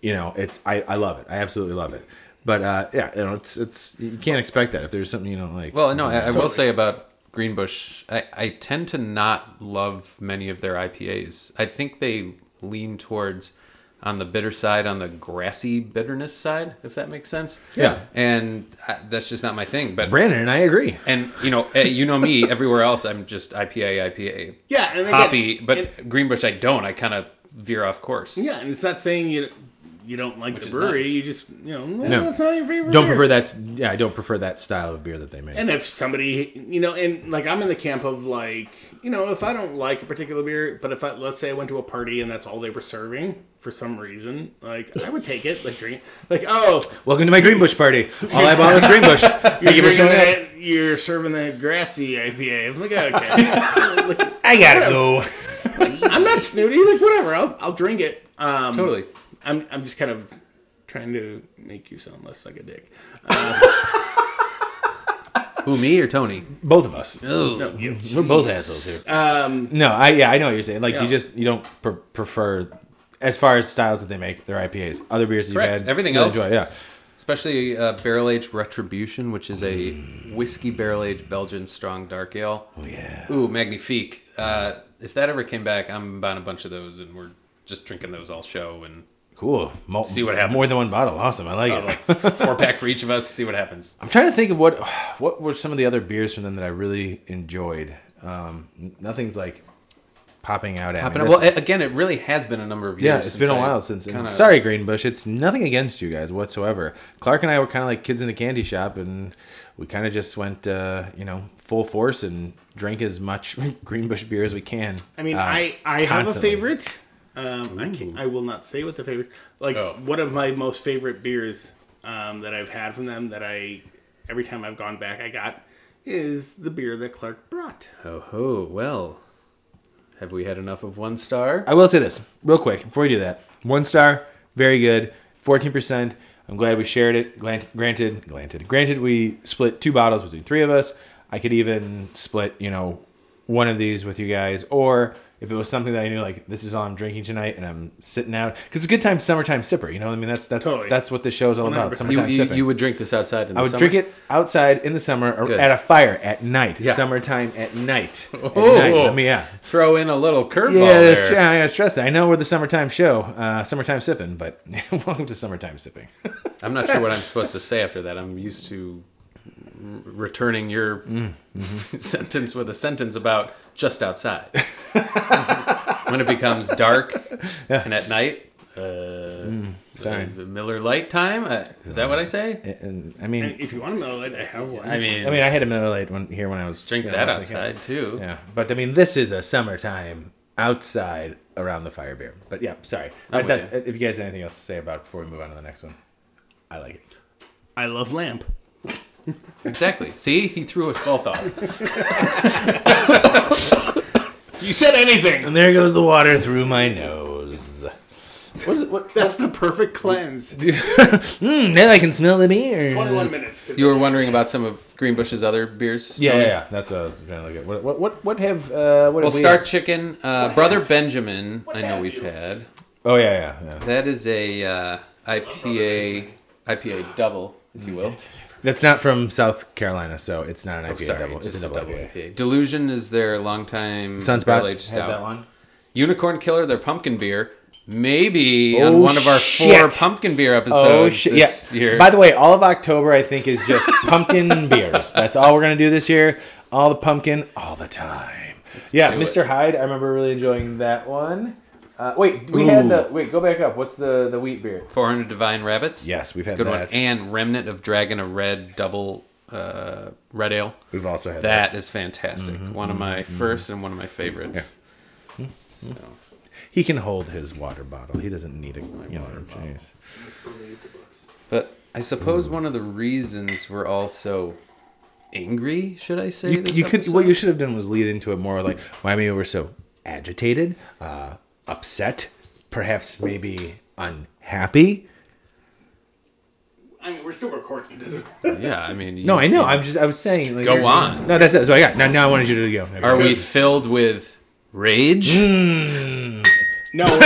[SPEAKER 3] you know, it's I, I love it. I absolutely love it. But uh, yeah, you know, it's it's you can't expect that if there's something you don't like.
[SPEAKER 2] Well, no, I, I will say about Greenbush, I, I tend to not love many of their IPAs. I think they lean towards on the bitter side, on the grassy bitterness side, if that makes sense.
[SPEAKER 3] Yeah.
[SPEAKER 2] And I, that's just not my thing. But
[SPEAKER 3] Brandon and I agree.
[SPEAKER 2] and you know, eh, you know me. Everywhere else, I'm just IPA, IPA,
[SPEAKER 1] Yeah, and again,
[SPEAKER 2] hoppy. But
[SPEAKER 1] and-
[SPEAKER 2] Greenbush, I don't. I kind of veer off course.
[SPEAKER 1] yeah, and it's not saying you you don't like the
[SPEAKER 2] is
[SPEAKER 1] brewery.
[SPEAKER 2] nice.
[SPEAKER 1] You just you know no,
[SPEAKER 3] No.
[SPEAKER 1] that's not your favorite.
[SPEAKER 3] Don't
[SPEAKER 1] beer.
[SPEAKER 3] prefer that. Yeah, I don't prefer that style of beer that they make.
[SPEAKER 1] And if somebody, you know, and like I'm in the camp of like, you know, if I don't like a particular beer, but if I, let's say I went to a party and that's all they were serving for some reason, like I would take it, like drink, like, oh,
[SPEAKER 3] Welcome to my Greenbush party. All I bought was Greenbush.
[SPEAKER 1] you're,
[SPEAKER 3] Thank you for
[SPEAKER 1] drinking
[SPEAKER 3] showing up.
[SPEAKER 1] that, you're serving that grassy IPA. I'm like, okay. Like,
[SPEAKER 3] I gotta go.
[SPEAKER 1] I'm not snooty, like, whatever, I'll, I'll drink it. Um,
[SPEAKER 2] Totally.
[SPEAKER 1] I'm, I'm just kind of trying to make you sound less like a dick.
[SPEAKER 2] Who me or Tony?
[SPEAKER 3] Both of us.
[SPEAKER 1] No, you.
[SPEAKER 3] We're both assholes here. Um, no, I yeah, I know what you're saying. Like
[SPEAKER 1] Yeah.
[SPEAKER 3] you just you don't pre- prefer as far as styles that they make their IPAs, other beers that
[SPEAKER 2] Correct.
[SPEAKER 3] you've had.
[SPEAKER 2] Everything
[SPEAKER 3] you
[SPEAKER 2] else.
[SPEAKER 3] enjoy, yeah.
[SPEAKER 2] especially uh, barrel aged retribution, which is a whiskey barrel aged Belgian strong dark ale. Oh yeah. Ooh, magnifique. Uh, if that ever came back, I'm buying a bunch of those, and we're just drinking those all show and
[SPEAKER 3] Cool. Mo-
[SPEAKER 2] See what happens.
[SPEAKER 3] More than one bottle. Awesome. I like
[SPEAKER 2] uh,
[SPEAKER 3] it.
[SPEAKER 2] like four pack for each of us. See what happens.
[SPEAKER 3] I'm trying to think of what what were some of the other beers from them that I really enjoyed. Um, n- nothing's like popping out at
[SPEAKER 2] But,
[SPEAKER 3] me.
[SPEAKER 2] well,
[SPEAKER 3] That's-
[SPEAKER 2] a- again, it really has been a number of years.
[SPEAKER 3] yeah, it's been a
[SPEAKER 2] I
[SPEAKER 3] while since. and
[SPEAKER 2] kinda-
[SPEAKER 3] sorry, Greenbush. It's nothing against you guys whatsoever. Clark and I were kind of like kids in a candy shop, and we kind of just went, uh, you know, full force and drank as much Greenbush beer as we can.
[SPEAKER 1] I mean,
[SPEAKER 3] uh,
[SPEAKER 1] I I have a
[SPEAKER 3] constantly.
[SPEAKER 1] favorite. Um, I can not I will not say what the favorite. Like
[SPEAKER 2] Oh.
[SPEAKER 1] one of my most favorite beers um, that I've had from them that I every time I've gone back I got is the beer that Clark brought.
[SPEAKER 2] Oh ho! Well, have we had enough of one star?
[SPEAKER 3] I will say this real quick before we do that. One star, very good, fourteen percent. I'm glad we shared it. Glant- Granted, granted, granted, we split two bottles between three of us. I could even split, you know, one of these with you guys, or if it was something that I knew, like this is all I'm drinking tonight, and I'm sitting out because it's a good time, summertime sipper. You know, what I mean, that's that's
[SPEAKER 1] Totally.
[SPEAKER 3] that's what this show is all
[SPEAKER 1] 100%.
[SPEAKER 3] about.
[SPEAKER 2] You,
[SPEAKER 3] Summertime
[SPEAKER 2] you,
[SPEAKER 3] sipping.
[SPEAKER 2] you would drink this outside in the
[SPEAKER 3] I would
[SPEAKER 2] summer?
[SPEAKER 3] drink it outside in the summer or
[SPEAKER 2] Good.
[SPEAKER 3] at a fire at night,
[SPEAKER 2] Yeah.
[SPEAKER 3] summertime at night. At
[SPEAKER 2] Oh.
[SPEAKER 3] night. Let me, yeah.
[SPEAKER 2] Throw in a little curveball
[SPEAKER 3] Yeah, that's
[SPEAKER 2] there.
[SPEAKER 3] true. I gotta stress that. I know we're the summertime show, uh, summertime sipping, but welcome to summertime sipping.
[SPEAKER 2] I'm not sure what I'm supposed to say after that. I'm used to r- returning your sentence with a sentence about just outside. when it becomes dark and at night, uh,
[SPEAKER 3] Mm, sorry.
[SPEAKER 2] uh, Miller Light time. Uh, is that what I say?
[SPEAKER 3] and I mean,
[SPEAKER 1] And if you want to know it, I have one.
[SPEAKER 2] I mean,
[SPEAKER 3] I mean, I had a Miller Lite when, here when I was
[SPEAKER 2] drink
[SPEAKER 3] you know,
[SPEAKER 2] that
[SPEAKER 3] when I was a kid.
[SPEAKER 2] outside too.
[SPEAKER 3] Yeah, but I mean, this is a summertime outside around the fire beer. But yeah, sorry.
[SPEAKER 2] I'm
[SPEAKER 3] But
[SPEAKER 2] with
[SPEAKER 3] that- if you guys have anything else to say about it before we move on to the next one, I like it.
[SPEAKER 1] I love lamp.
[SPEAKER 2] Exactly. See, he threw us both off.
[SPEAKER 1] You said anything.
[SPEAKER 3] And there goes the water through my nose. What is it? What?
[SPEAKER 1] That's the perfect cleanse.
[SPEAKER 3] Mm, now I can smell the beer.
[SPEAKER 1] 21 minutes. 'cause
[SPEAKER 2] You were wondering about some of Greenbush's other beers.
[SPEAKER 3] Yeah,
[SPEAKER 2] Tony?
[SPEAKER 3] yeah, yeah, that's what I was trying to look at. What, what, what, what have? Uh, what
[SPEAKER 2] Well,
[SPEAKER 3] have we-
[SPEAKER 2] Star Chicken, uh, Brother Benjamin. I know we've had.
[SPEAKER 3] Oh yeah, yeah, yeah.
[SPEAKER 2] That is a uh, IPA IPA double, if you will.
[SPEAKER 3] That's not from South Carolina, so it's not an IPA
[SPEAKER 2] Sorry,
[SPEAKER 3] double. It's
[SPEAKER 2] just
[SPEAKER 3] Oh, a double, IPA.
[SPEAKER 2] Delusion is their longtime
[SPEAKER 3] Sunspot
[SPEAKER 2] barrel-aged
[SPEAKER 3] had that one.
[SPEAKER 2] Unicorn Killer, their pumpkin beer. Maybe
[SPEAKER 3] Oh,
[SPEAKER 2] on one of our four
[SPEAKER 3] shit.
[SPEAKER 2] pumpkin beer episodes
[SPEAKER 3] Oh shit!
[SPEAKER 2] this
[SPEAKER 3] Yeah.
[SPEAKER 2] year.
[SPEAKER 3] By the way, all of October I think is just pumpkin beers. That's all we're gonna do this year. All the pumpkin, all the time. yeah,
[SPEAKER 2] do
[SPEAKER 3] Mr.
[SPEAKER 2] it.
[SPEAKER 3] Hyde. I remember really enjoying that one. Uh, wait, we had the wait. Go back up. What's the the wheat beer?
[SPEAKER 2] 400 Divine Rabbits.
[SPEAKER 3] Yes, we've
[SPEAKER 2] It's a
[SPEAKER 3] had
[SPEAKER 2] good
[SPEAKER 3] that.
[SPEAKER 2] one. And Remnant of Dragon, a red double uh, red ale.
[SPEAKER 3] We've also had
[SPEAKER 2] That is fantastic.
[SPEAKER 3] Mm-hmm,
[SPEAKER 2] one of my first and one of my favorites. So.
[SPEAKER 3] He can hold his water bottle. He doesn't need a you know. jeez.
[SPEAKER 2] But I suppose one of the reasons we're all so angry, should I say?
[SPEAKER 3] You,
[SPEAKER 2] this
[SPEAKER 3] you could.
[SPEAKER 2] episode?
[SPEAKER 3] What you should have done was lead into it more like why maybe we're so agitated, uh, upset, perhaps maybe unhappy.
[SPEAKER 1] I mean, we're still recording. It doesn't
[SPEAKER 2] Yeah, I mean.
[SPEAKER 3] No,
[SPEAKER 2] you-
[SPEAKER 3] I know.
[SPEAKER 2] you-
[SPEAKER 3] I'm just. I was saying. Like,
[SPEAKER 2] Go
[SPEAKER 3] you're-
[SPEAKER 2] on.
[SPEAKER 3] No, that's it. So I got. Now, now I wanted you to go. Hmm.
[SPEAKER 2] Are we filled with rage?
[SPEAKER 3] Mm.
[SPEAKER 1] No. we're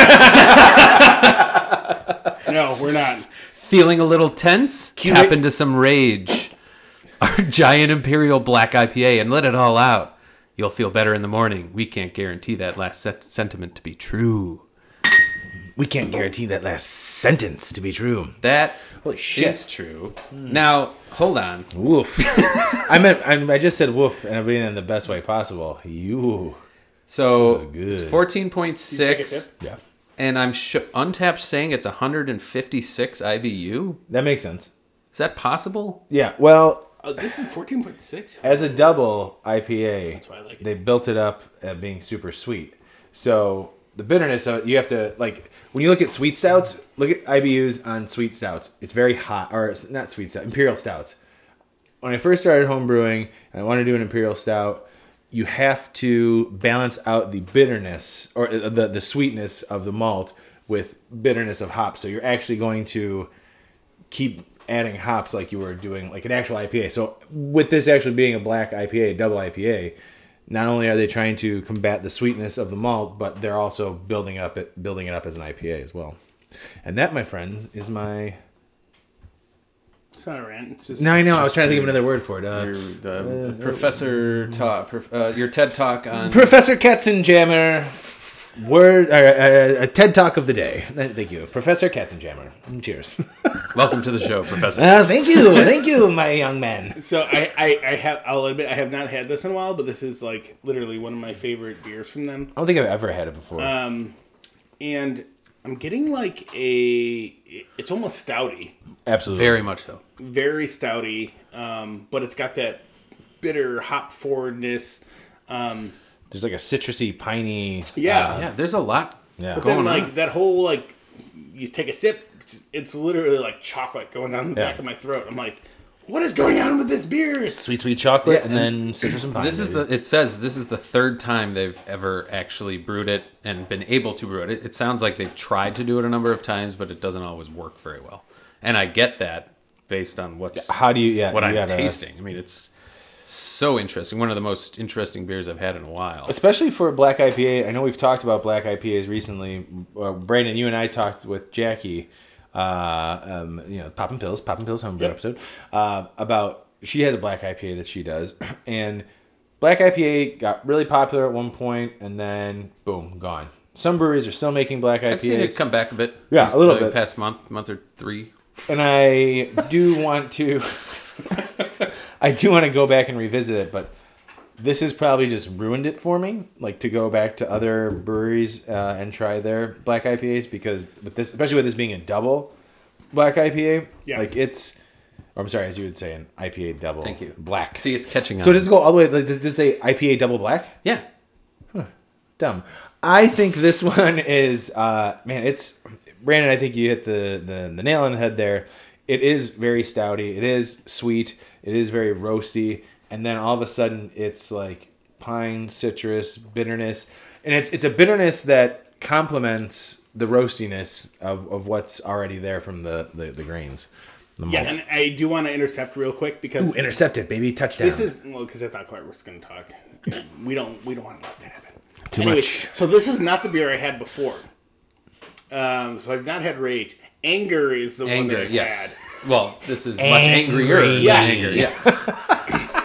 [SPEAKER 1] not. no, we're not.
[SPEAKER 2] Feeling a little tense? Tap into some rage. Our giant imperial black IPA and let it all out. You'll feel better in the morning. We can't guarantee that last set- sentiment to be true.
[SPEAKER 3] We can't guarantee that last sentence to be true.
[SPEAKER 2] That
[SPEAKER 3] Holy shit. Hmm.
[SPEAKER 2] is true. Now, hold on.
[SPEAKER 3] Woof. I meant. I, I just said woof, and I mean it in the best way possible. You.
[SPEAKER 2] So
[SPEAKER 3] This is
[SPEAKER 2] it's
[SPEAKER 3] good.
[SPEAKER 2] 14.6.
[SPEAKER 3] Yeah.
[SPEAKER 2] And I'm sh- untapped saying it's 156 IBU.
[SPEAKER 3] That makes sense.
[SPEAKER 2] Is that possible?
[SPEAKER 3] Yeah. Well,
[SPEAKER 1] Oh, this is 14.6.
[SPEAKER 3] as a double IPA,
[SPEAKER 1] why I like it.
[SPEAKER 3] they built it up at being super sweet. So the bitterness of it, you have to like when you look at sweet stouts, look at IBUs on sweet stouts. It's very hot, or it's not sweet stout, imperial stouts. When I first started home brewing and I wanted to do an imperial stout, you have to balance out the bitterness or uh, the the sweetness of the malt with bitterness of hops. So you're actually going to keep adding hops like you were doing like an actual IPA. So with this actually being a black IPA, double IPA, not only are they trying to combat the sweetness of the malt, but they're also building up it building it up as an IPA as well. And that, my friends, is my.
[SPEAKER 1] It's not a rant. It's just
[SPEAKER 3] No, I know. I was trying to think of another word for it. Uh,
[SPEAKER 2] Your the professor talk, prof, uh, your TED talk on
[SPEAKER 3] Professor Katzenjammer, word or, uh, a TED talk of the day. Thank you, Professor Katzenjammer. Cheers.
[SPEAKER 2] Welcome to the show, Professor.
[SPEAKER 3] Uh, thank you, thank you, my young man.
[SPEAKER 1] So I, I, I have. I'll admit I have not had this in a while, but this is like literally one of my favorite beers from them.
[SPEAKER 3] I don't think I've ever had it before.
[SPEAKER 1] Um, and I'm getting like a. It's almost stouty,
[SPEAKER 3] Absolutely.
[SPEAKER 2] Very much so.
[SPEAKER 1] very stouty. Um, but it's got that bitter hop forwardness. Um,
[SPEAKER 3] There's like a citrusy, piney. uh,
[SPEAKER 1] yeah,
[SPEAKER 2] Yeah, there's a lot
[SPEAKER 3] Yeah.
[SPEAKER 1] But then
[SPEAKER 2] Going
[SPEAKER 1] like
[SPEAKER 2] on.
[SPEAKER 1] that whole like you take a sip, it's literally like chocolate going down the
[SPEAKER 3] Yeah.
[SPEAKER 1] back of my throat. I'm like, what is going on with this beer?
[SPEAKER 3] Sweet, sweet chocolate,
[SPEAKER 2] Yeah,
[SPEAKER 3] and, then citrus and pine.
[SPEAKER 2] This is
[SPEAKER 3] baby.
[SPEAKER 2] the. It says this is the third time they've ever actually brewed it and been able to brew it. It, it sounds like they've tried to do it a number of times, but it doesn't always work very well. And I get that based on what's
[SPEAKER 3] How do you? Yeah.
[SPEAKER 2] what
[SPEAKER 3] you
[SPEAKER 2] I'm
[SPEAKER 3] gotta-
[SPEAKER 2] tasting. I mean, it's so interesting. One of the most interesting beers I've had in a while.
[SPEAKER 3] Especially for a black IPA, I know we've talked about black IPAs recently. Uh, Brandon, you and I talked with Jackie, uh, um, you know, popping pills, popping pills homebrew episode, uh, about she has a black IPA that she does, and black IPA got really popular at one point, and then boom, gone. Some breweries are still making black IPAs.
[SPEAKER 2] I've seen it come back a bit.
[SPEAKER 3] Yeah,
[SPEAKER 2] These-
[SPEAKER 3] a little
[SPEAKER 2] the
[SPEAKER 3] bit.
[SPEAKER 2] Past month, month or three.
[SPEAKER 3] and I do want to, I do want to go back and revisit it, but this has probably just ruined it for me. Like to go back to other breweries uh, and try their black IPAs because with this, especially with this being a double black IPA,
[SPEAKER 1] Yeah.
[SPEAKER 3] like it's, or I'm sorry, as you would say, an IPA double.
[SPEAKER 2] Thank you.
[SPEAKER 3] Black.
[SPEAKER 2] See, it's catching on.
[SPEAKER 3] so does it go all the way? Like, does this say IPA double black?
[SPEAKER 2] yeah.
[SPEAKER 3] dumb. I think this one is uh man, it's Brandon, I think you hit the, the the nail on the head there. It is very stouty, it is sweet, it is very roasty, and then all of a sudden it's like pine, citrus, bitterness. And it's it's a bitterness that complements the roastiness of, of what's already there from the, the, the grains. The
[SPEAKER 1] Yeah,
[SPEAKER 3] malts.
[SPEAKER 1] and I do want to intercept real quick because
[SPEAKER 3] Ooh, intercept it, baby, touchdown.
[SPEAKER 1] This is well because I thought Clark was going to talk. We don't we don't want to let that happen.
[SPEAKER 3] Too
[SPEAKER 1] anyway,
[SPEAKER 3] much.
[SPEAKER 1] So this is not the beer I had before. Um, so I've not had rage. Anger is the one
[SPEAKER 2] Anger.
[SPEAKER 1] that I've
[SPEAKER 2] Yes.
[SPEAKER 1] had.
[SPEAKER 2] Well, this is much angrier. than
[SPEAKER 1] Yes.
[SPEAKER 2] Anger. Yeah.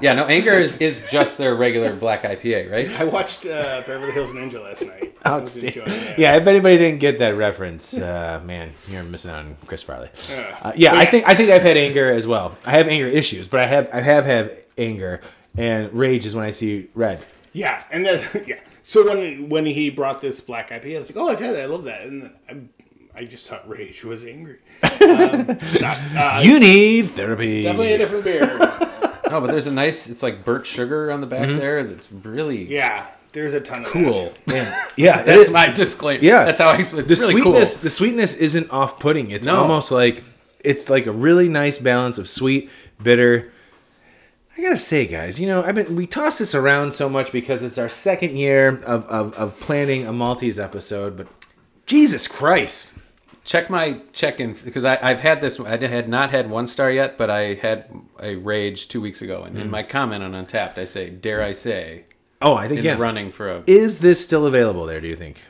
[SPEAKER 2] yeah. No, anger is, is just their regular black IPA, right?
[SPEAKER 1] I watched uh, Beverly Hills Ninja last night. I was
[SPEAKER 3] Outstanding.
[SPEAKER 1] enjoying that.
[SPEAKER 3] Yeah, if anybody didn't get that reference, uh, man, you're missing out on Chris Farley.
[SPEAKER 1] Yeah.
[SPEAKER 3] Uh, yeah,
[SPEAKER 1] But
[SPEAKER 3] I
[SPEAKER 1] yeah.
[SPEAKER 3] think I think I've had anger as well. I have anger issues, but I have I have had anger and rage is when I see red.
[SPEAKER 1] Yeah, and then yeah. So when when he brought this black IPA, I was like, oh, I've had that. I love that. And then I, I just thought rage was angry. Um, not, uh,
[SPEAKER 3] You need therapy.
[SPEAKER 1] definitely a different beer.
[SPEAKER 2] No, but there's a nice. It's like burnt sugar on the back
[SPEAKER 3] Mm-hmm.
[SPEAKER 2] there. That's really
[SPEAKER 1] yeah, there's a ton of that.
[SPEAKER 2] cool.
[SPEAKER 3] Yeah, it
[SPEAKER 2] That's
[SPEAKER 3] is-
[SPEAKER 2] my disclaimer.
[SPEAKER 3] Yeah.
[SPEAKER 2] That's how I explain.
[SPEAKER 3] the
[SPEAKER 2] It's really
[SPEAKER 3] sweetness.
[SPEAKER 2] cool.
[SPEAKER 3] The sweetness isn't off putting. It's
[SPEAKER 2] No.
[SPEAKER 3] almost like it's like a really nice balance of sweet, bitter. I gotta say, guys, you know, I've been we toss this around so much because it's our second year of of, of planning a Maltese episode, but Jesus Christ.
[SPEAKER 2] check my check in because I, I've had this. I had not had one star yet, but I had a rage two weeks ago, and
[SPEAKER 3] Hmm.
[SPEAKER 2] in my comment on Untapped, I say, dare I say,
[SPEAKER 3] Oh, I think
[SPEAKER 2] in
[SPEAKER 3] yeah.
[SPEAKER 2] running for a.
[SPEAKER 3] Is this still available there, do you think?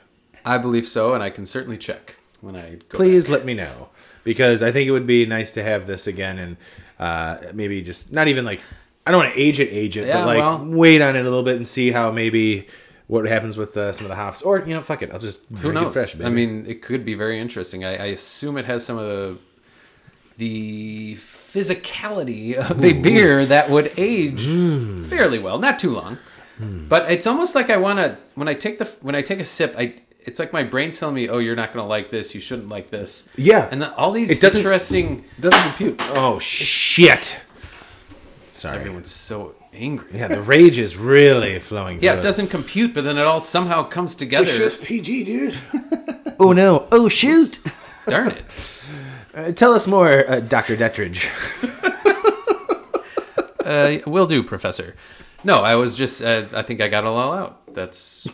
[SPEAKER 2] I believe so, and I can certainly check when I go
[SPEAKER 3] Please let me know because I think it would be nice to have this again and uh, maybe just not even like I don't want to age it, age it,
[SPEAKER 2] Yeah,
[SPEAKER 3] but like
[SPEAKER 2] well-
[SPEAKER 3] wait on it a little bit and see how maybe what happens with uh, some of the hops or you know fuck it, I'll just
[SPEAKER 2] Who
[SPEAKER 3] drink
[SPEAKER 2] knows?
[SPEAKER 3] it fresh. Baby.
[SPEAKER 2] I mean, it could be very interesting. I, I assume it has some of the the physicality of a beer that would age
[SPEAKER 3] Hmm.
[SPEAKER 2] fairly well, not too long. But it's almost like I want to when I take the when I take a sip, I it's like my brain's telling me, "Oh, you're not going to like this. You shouldn't like this."
[SPEAKER 3] Yeah.
[SPEAKER 2] and then all these
[SPEAKER 3] It doesn't-
[SPEAKER 2] interesting.
[SPEAKER 3] doesn't compute. Oh shit! Sorry.
[SPEAKER 2] Everyone's so angry.
[SPEAKER 3] yeah, the rage is really flowing.
[SPEAKER 2] Yeah,
[SPEAKER 3] through
[SPEAKER 2] it doesn't compute, but then it all somehow comes
[SPEAKER 1] It's
[SPEAKER 2] together.
[SPEAKER 1] just PG, dude.
[SPEAKER 3] Oh no! Oh shoot!
[SPEAKER 2] Darn it!
[SPEAKER 3] Uh, tell us more, uh, Doctor Detridge.
[SPEAKER 2] Uh, will do, Professor. No, I was just. Uh, I think I got it all out. That's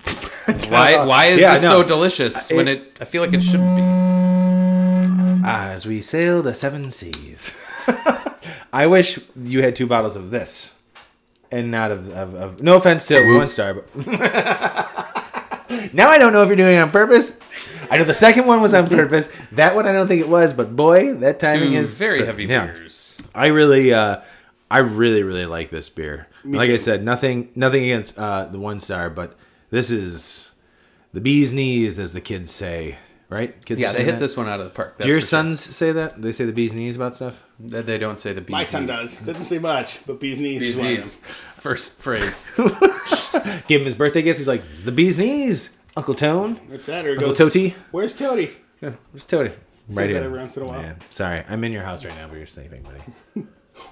[SPEAKER 2] why. Why is
[SPEAKER 3] Yeah,
[SPEAKER 2] this
[SPEAKER 3] no.
[SPEAKER 2] so delicious? when
[SPEAKER 3] it-
[SPEAKER 2] it, I feel like it shouldn't be.
[SPEAKER 3] As we sail the seven seas. I wish you had two bottles of this. And not of, of, of no offense to one star, but now I don't know if you're doing it on purpose. I know the second one was on purpose. That one I don't think it was, but boy, that timing
[SPEAKER 2] Two
[SPEAKER 3] is
[SPEAKER 2] very heavy
[SPEAKER 3] Mm, Yeah.
[SPEAKER 2] beers.
[SPEAKER 3] I really, uh, I really, really like this beer. like I said, nothing, nothing against uh, the one star, but this is the bee's knees, as the kids say, right? Kids
[SPEAKER 2] Yeah,
[SPEAKER 3] are
[SPEAKER 2] they
[SPEAKER 3] saying
[SPEAKER 2] hit
[SPEAKER 3] that?
[SPEAKER 2] this one out of the park. That's
[SPEAKER 3] Do your
[SPEAKER 2] for sure.
[SPEAKER 3] sons say that? They say the bee's knees about stuff?
[SPEAKER 2] They- They don't say the bees.
[SPEAKER 1] My son does. Doesn't say much, but bees knees. is
[SPEAKER 2] Bees
[SPEAKER 1] one of
[SPEAKER 2] knees. First phrase.
[SPEAKER 3] Give him his birthday gift. He's like, it's the bee's knees, Uncle Tone.
[SPEAKER 1] them. It's that or it
[SPEAKER 3] Uncle
[SPEAKER 1] goes,
[SPEAKER 3] Toti.
[SPEAKER 1] Where's Toady?
[SPEAKER 3] Yeah, Where's Toti? Right
[SPEAKER 1] that
[SPEAKER 3] here.
[SPEAKER 1] every once in a while.
[SPEAKER 3] Yeah, sorry, I'm in your house right now, but you're sleeping, buddy.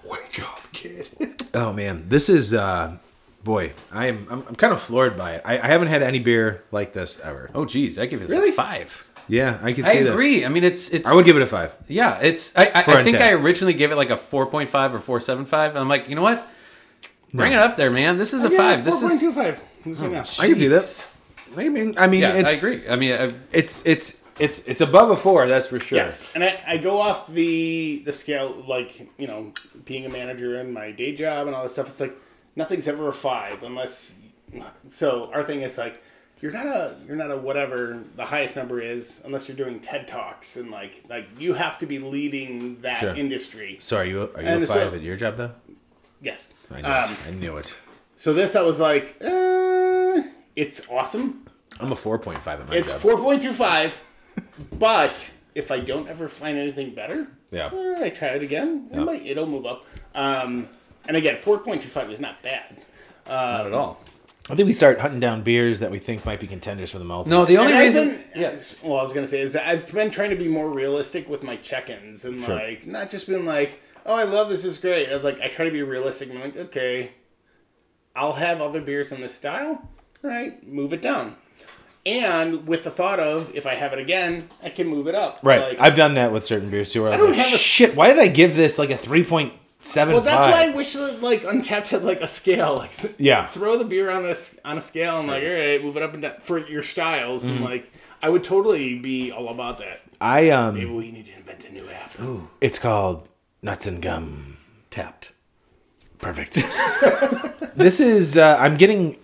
[SPEAKER 1] Wake up, kid.
[SPEAKER 3] Oh man, this is uh boy, I am I'm, I'm kind of floored by it. I, I haven't had any beer like this ever.
[SPEAKER 2] Oh, geez, I give this
[SPEAKER 1] Really?
[SPEAKER 2] a five.
[SPEAKER 3] Yeah, I can see
[SPEAKER 2] I
[SPEAKER 3] that.
[SPEAKER 2] agree. I mean, it's it's.
[SPEAKER 3] I would give it a five.
[SPEAKER 2] Yeah, it's. I I,
[SPEAKER 3] Four
[SPEAKER 2] I
[SPEAKER 3] and
[SPEAKER 2] think
[SPEAKER 3] ten.
[SPEAKER 2] I originally gave it like a four point five or four seven five, and I'm like, you know what? Bring it up there, man. This is a five. This is. Oh,
[SPEAKER 1] 4.25. This is enough.
[SPEAKER 3] I can see that. I mean, I mean,
[SPEAKER 2] Yeah, I
[SPEAKER 3] it's,
[SPEAKER 2] agree. I mean, I,
[SPEAKER 3] It's it's it's it's above a four, that's for sure.
[SPEAKER 1] Yes, and I, I go off the the scale like you know being a manager and my day job and all that stuff. It's like nothing's ever a five unless. So our thing is like you're not a you're not a whatever the highest number is unless you're doing TED talks and like like you have to be leading that
[SPEAKER 3] Sure.
[SPEAKER 1] industry.
[SPEAKER 3] So are you are you
[SPEAKER 1] And
[SPEAKER 3] a
[SPEAKER 1] so-
[SPEAKER 3] five at your job though?
[SPEAKER 1] Yes.
[SPEAKER 3] I knew
[SPEAKER 1] Um,
[SPEAKER 3] it. I knew it.
[SPEAKER 1] so this I was like, uh, it's awesome.
[SPEAKER 3] I'm a four point five at my
[SPEAKER 1] It's
[SPEAKER 3] job.
[SPEAKER 1] four point two five, but if I don't ever find anything better,
[SPEAKER 3] Yeah.
[SPEAKER 1] eh, I try it again. It
[SPEAKER 3] Yeah.
[SPEAKER 1] might, it'll move up. Um, and again, four point two five is not bad. Uh,
[SPEAKER 2] not at all.
[SPEAKER 3] I think we start hunting down beers that we think might be contenders for the Maltese.
[SPEAKER 2] No, the only
[SPEAKER 1] And I've
[SPEAKER 2] reason.
[SPEAKER 1] been- uh, well, I was gonna say is that I've been trying to be more realistic with my check-ins and
[SPEAKER 3] Sure.
[SPEAKER 1] like not just been like, oh, I love this, this is great. I was like, I try to be realistic. and I'm like, okay, I'll have other beers in this style. All right, move it down. And with the thought of if I have it again, I can move it up.
[SPEAKER 3] right.
[SPEAKER 1] Like,
[SPEAKER 3] I've done that with certain beers too. Where I, was
[SPEAKER 1] don't
[SPEAKER 3] like,
[SPEAKER 1] have a-
[SPEAKER 3] shit. Why did I give this like a three point seven?
[SPEAKER 1] Well, that's why I wish that like Untapped had like a scale. Like, th-
[SPEAKER 3] Yeah.
[SPEAKER 1] throw the beer on a s- on a scale and like, all right, move it up and down for your styles.
[SPEAKER 3] Mm-hmm.
[SPEAKER 1] And like, I would totally be all about that.
[SPEAKER 3] I um.
[SPEAKER 1] Maybe we need to invent a new app.
[SPEAKER 3] It's called Nuts and Gum Tapped. Perfect. this is uh, I'm getting.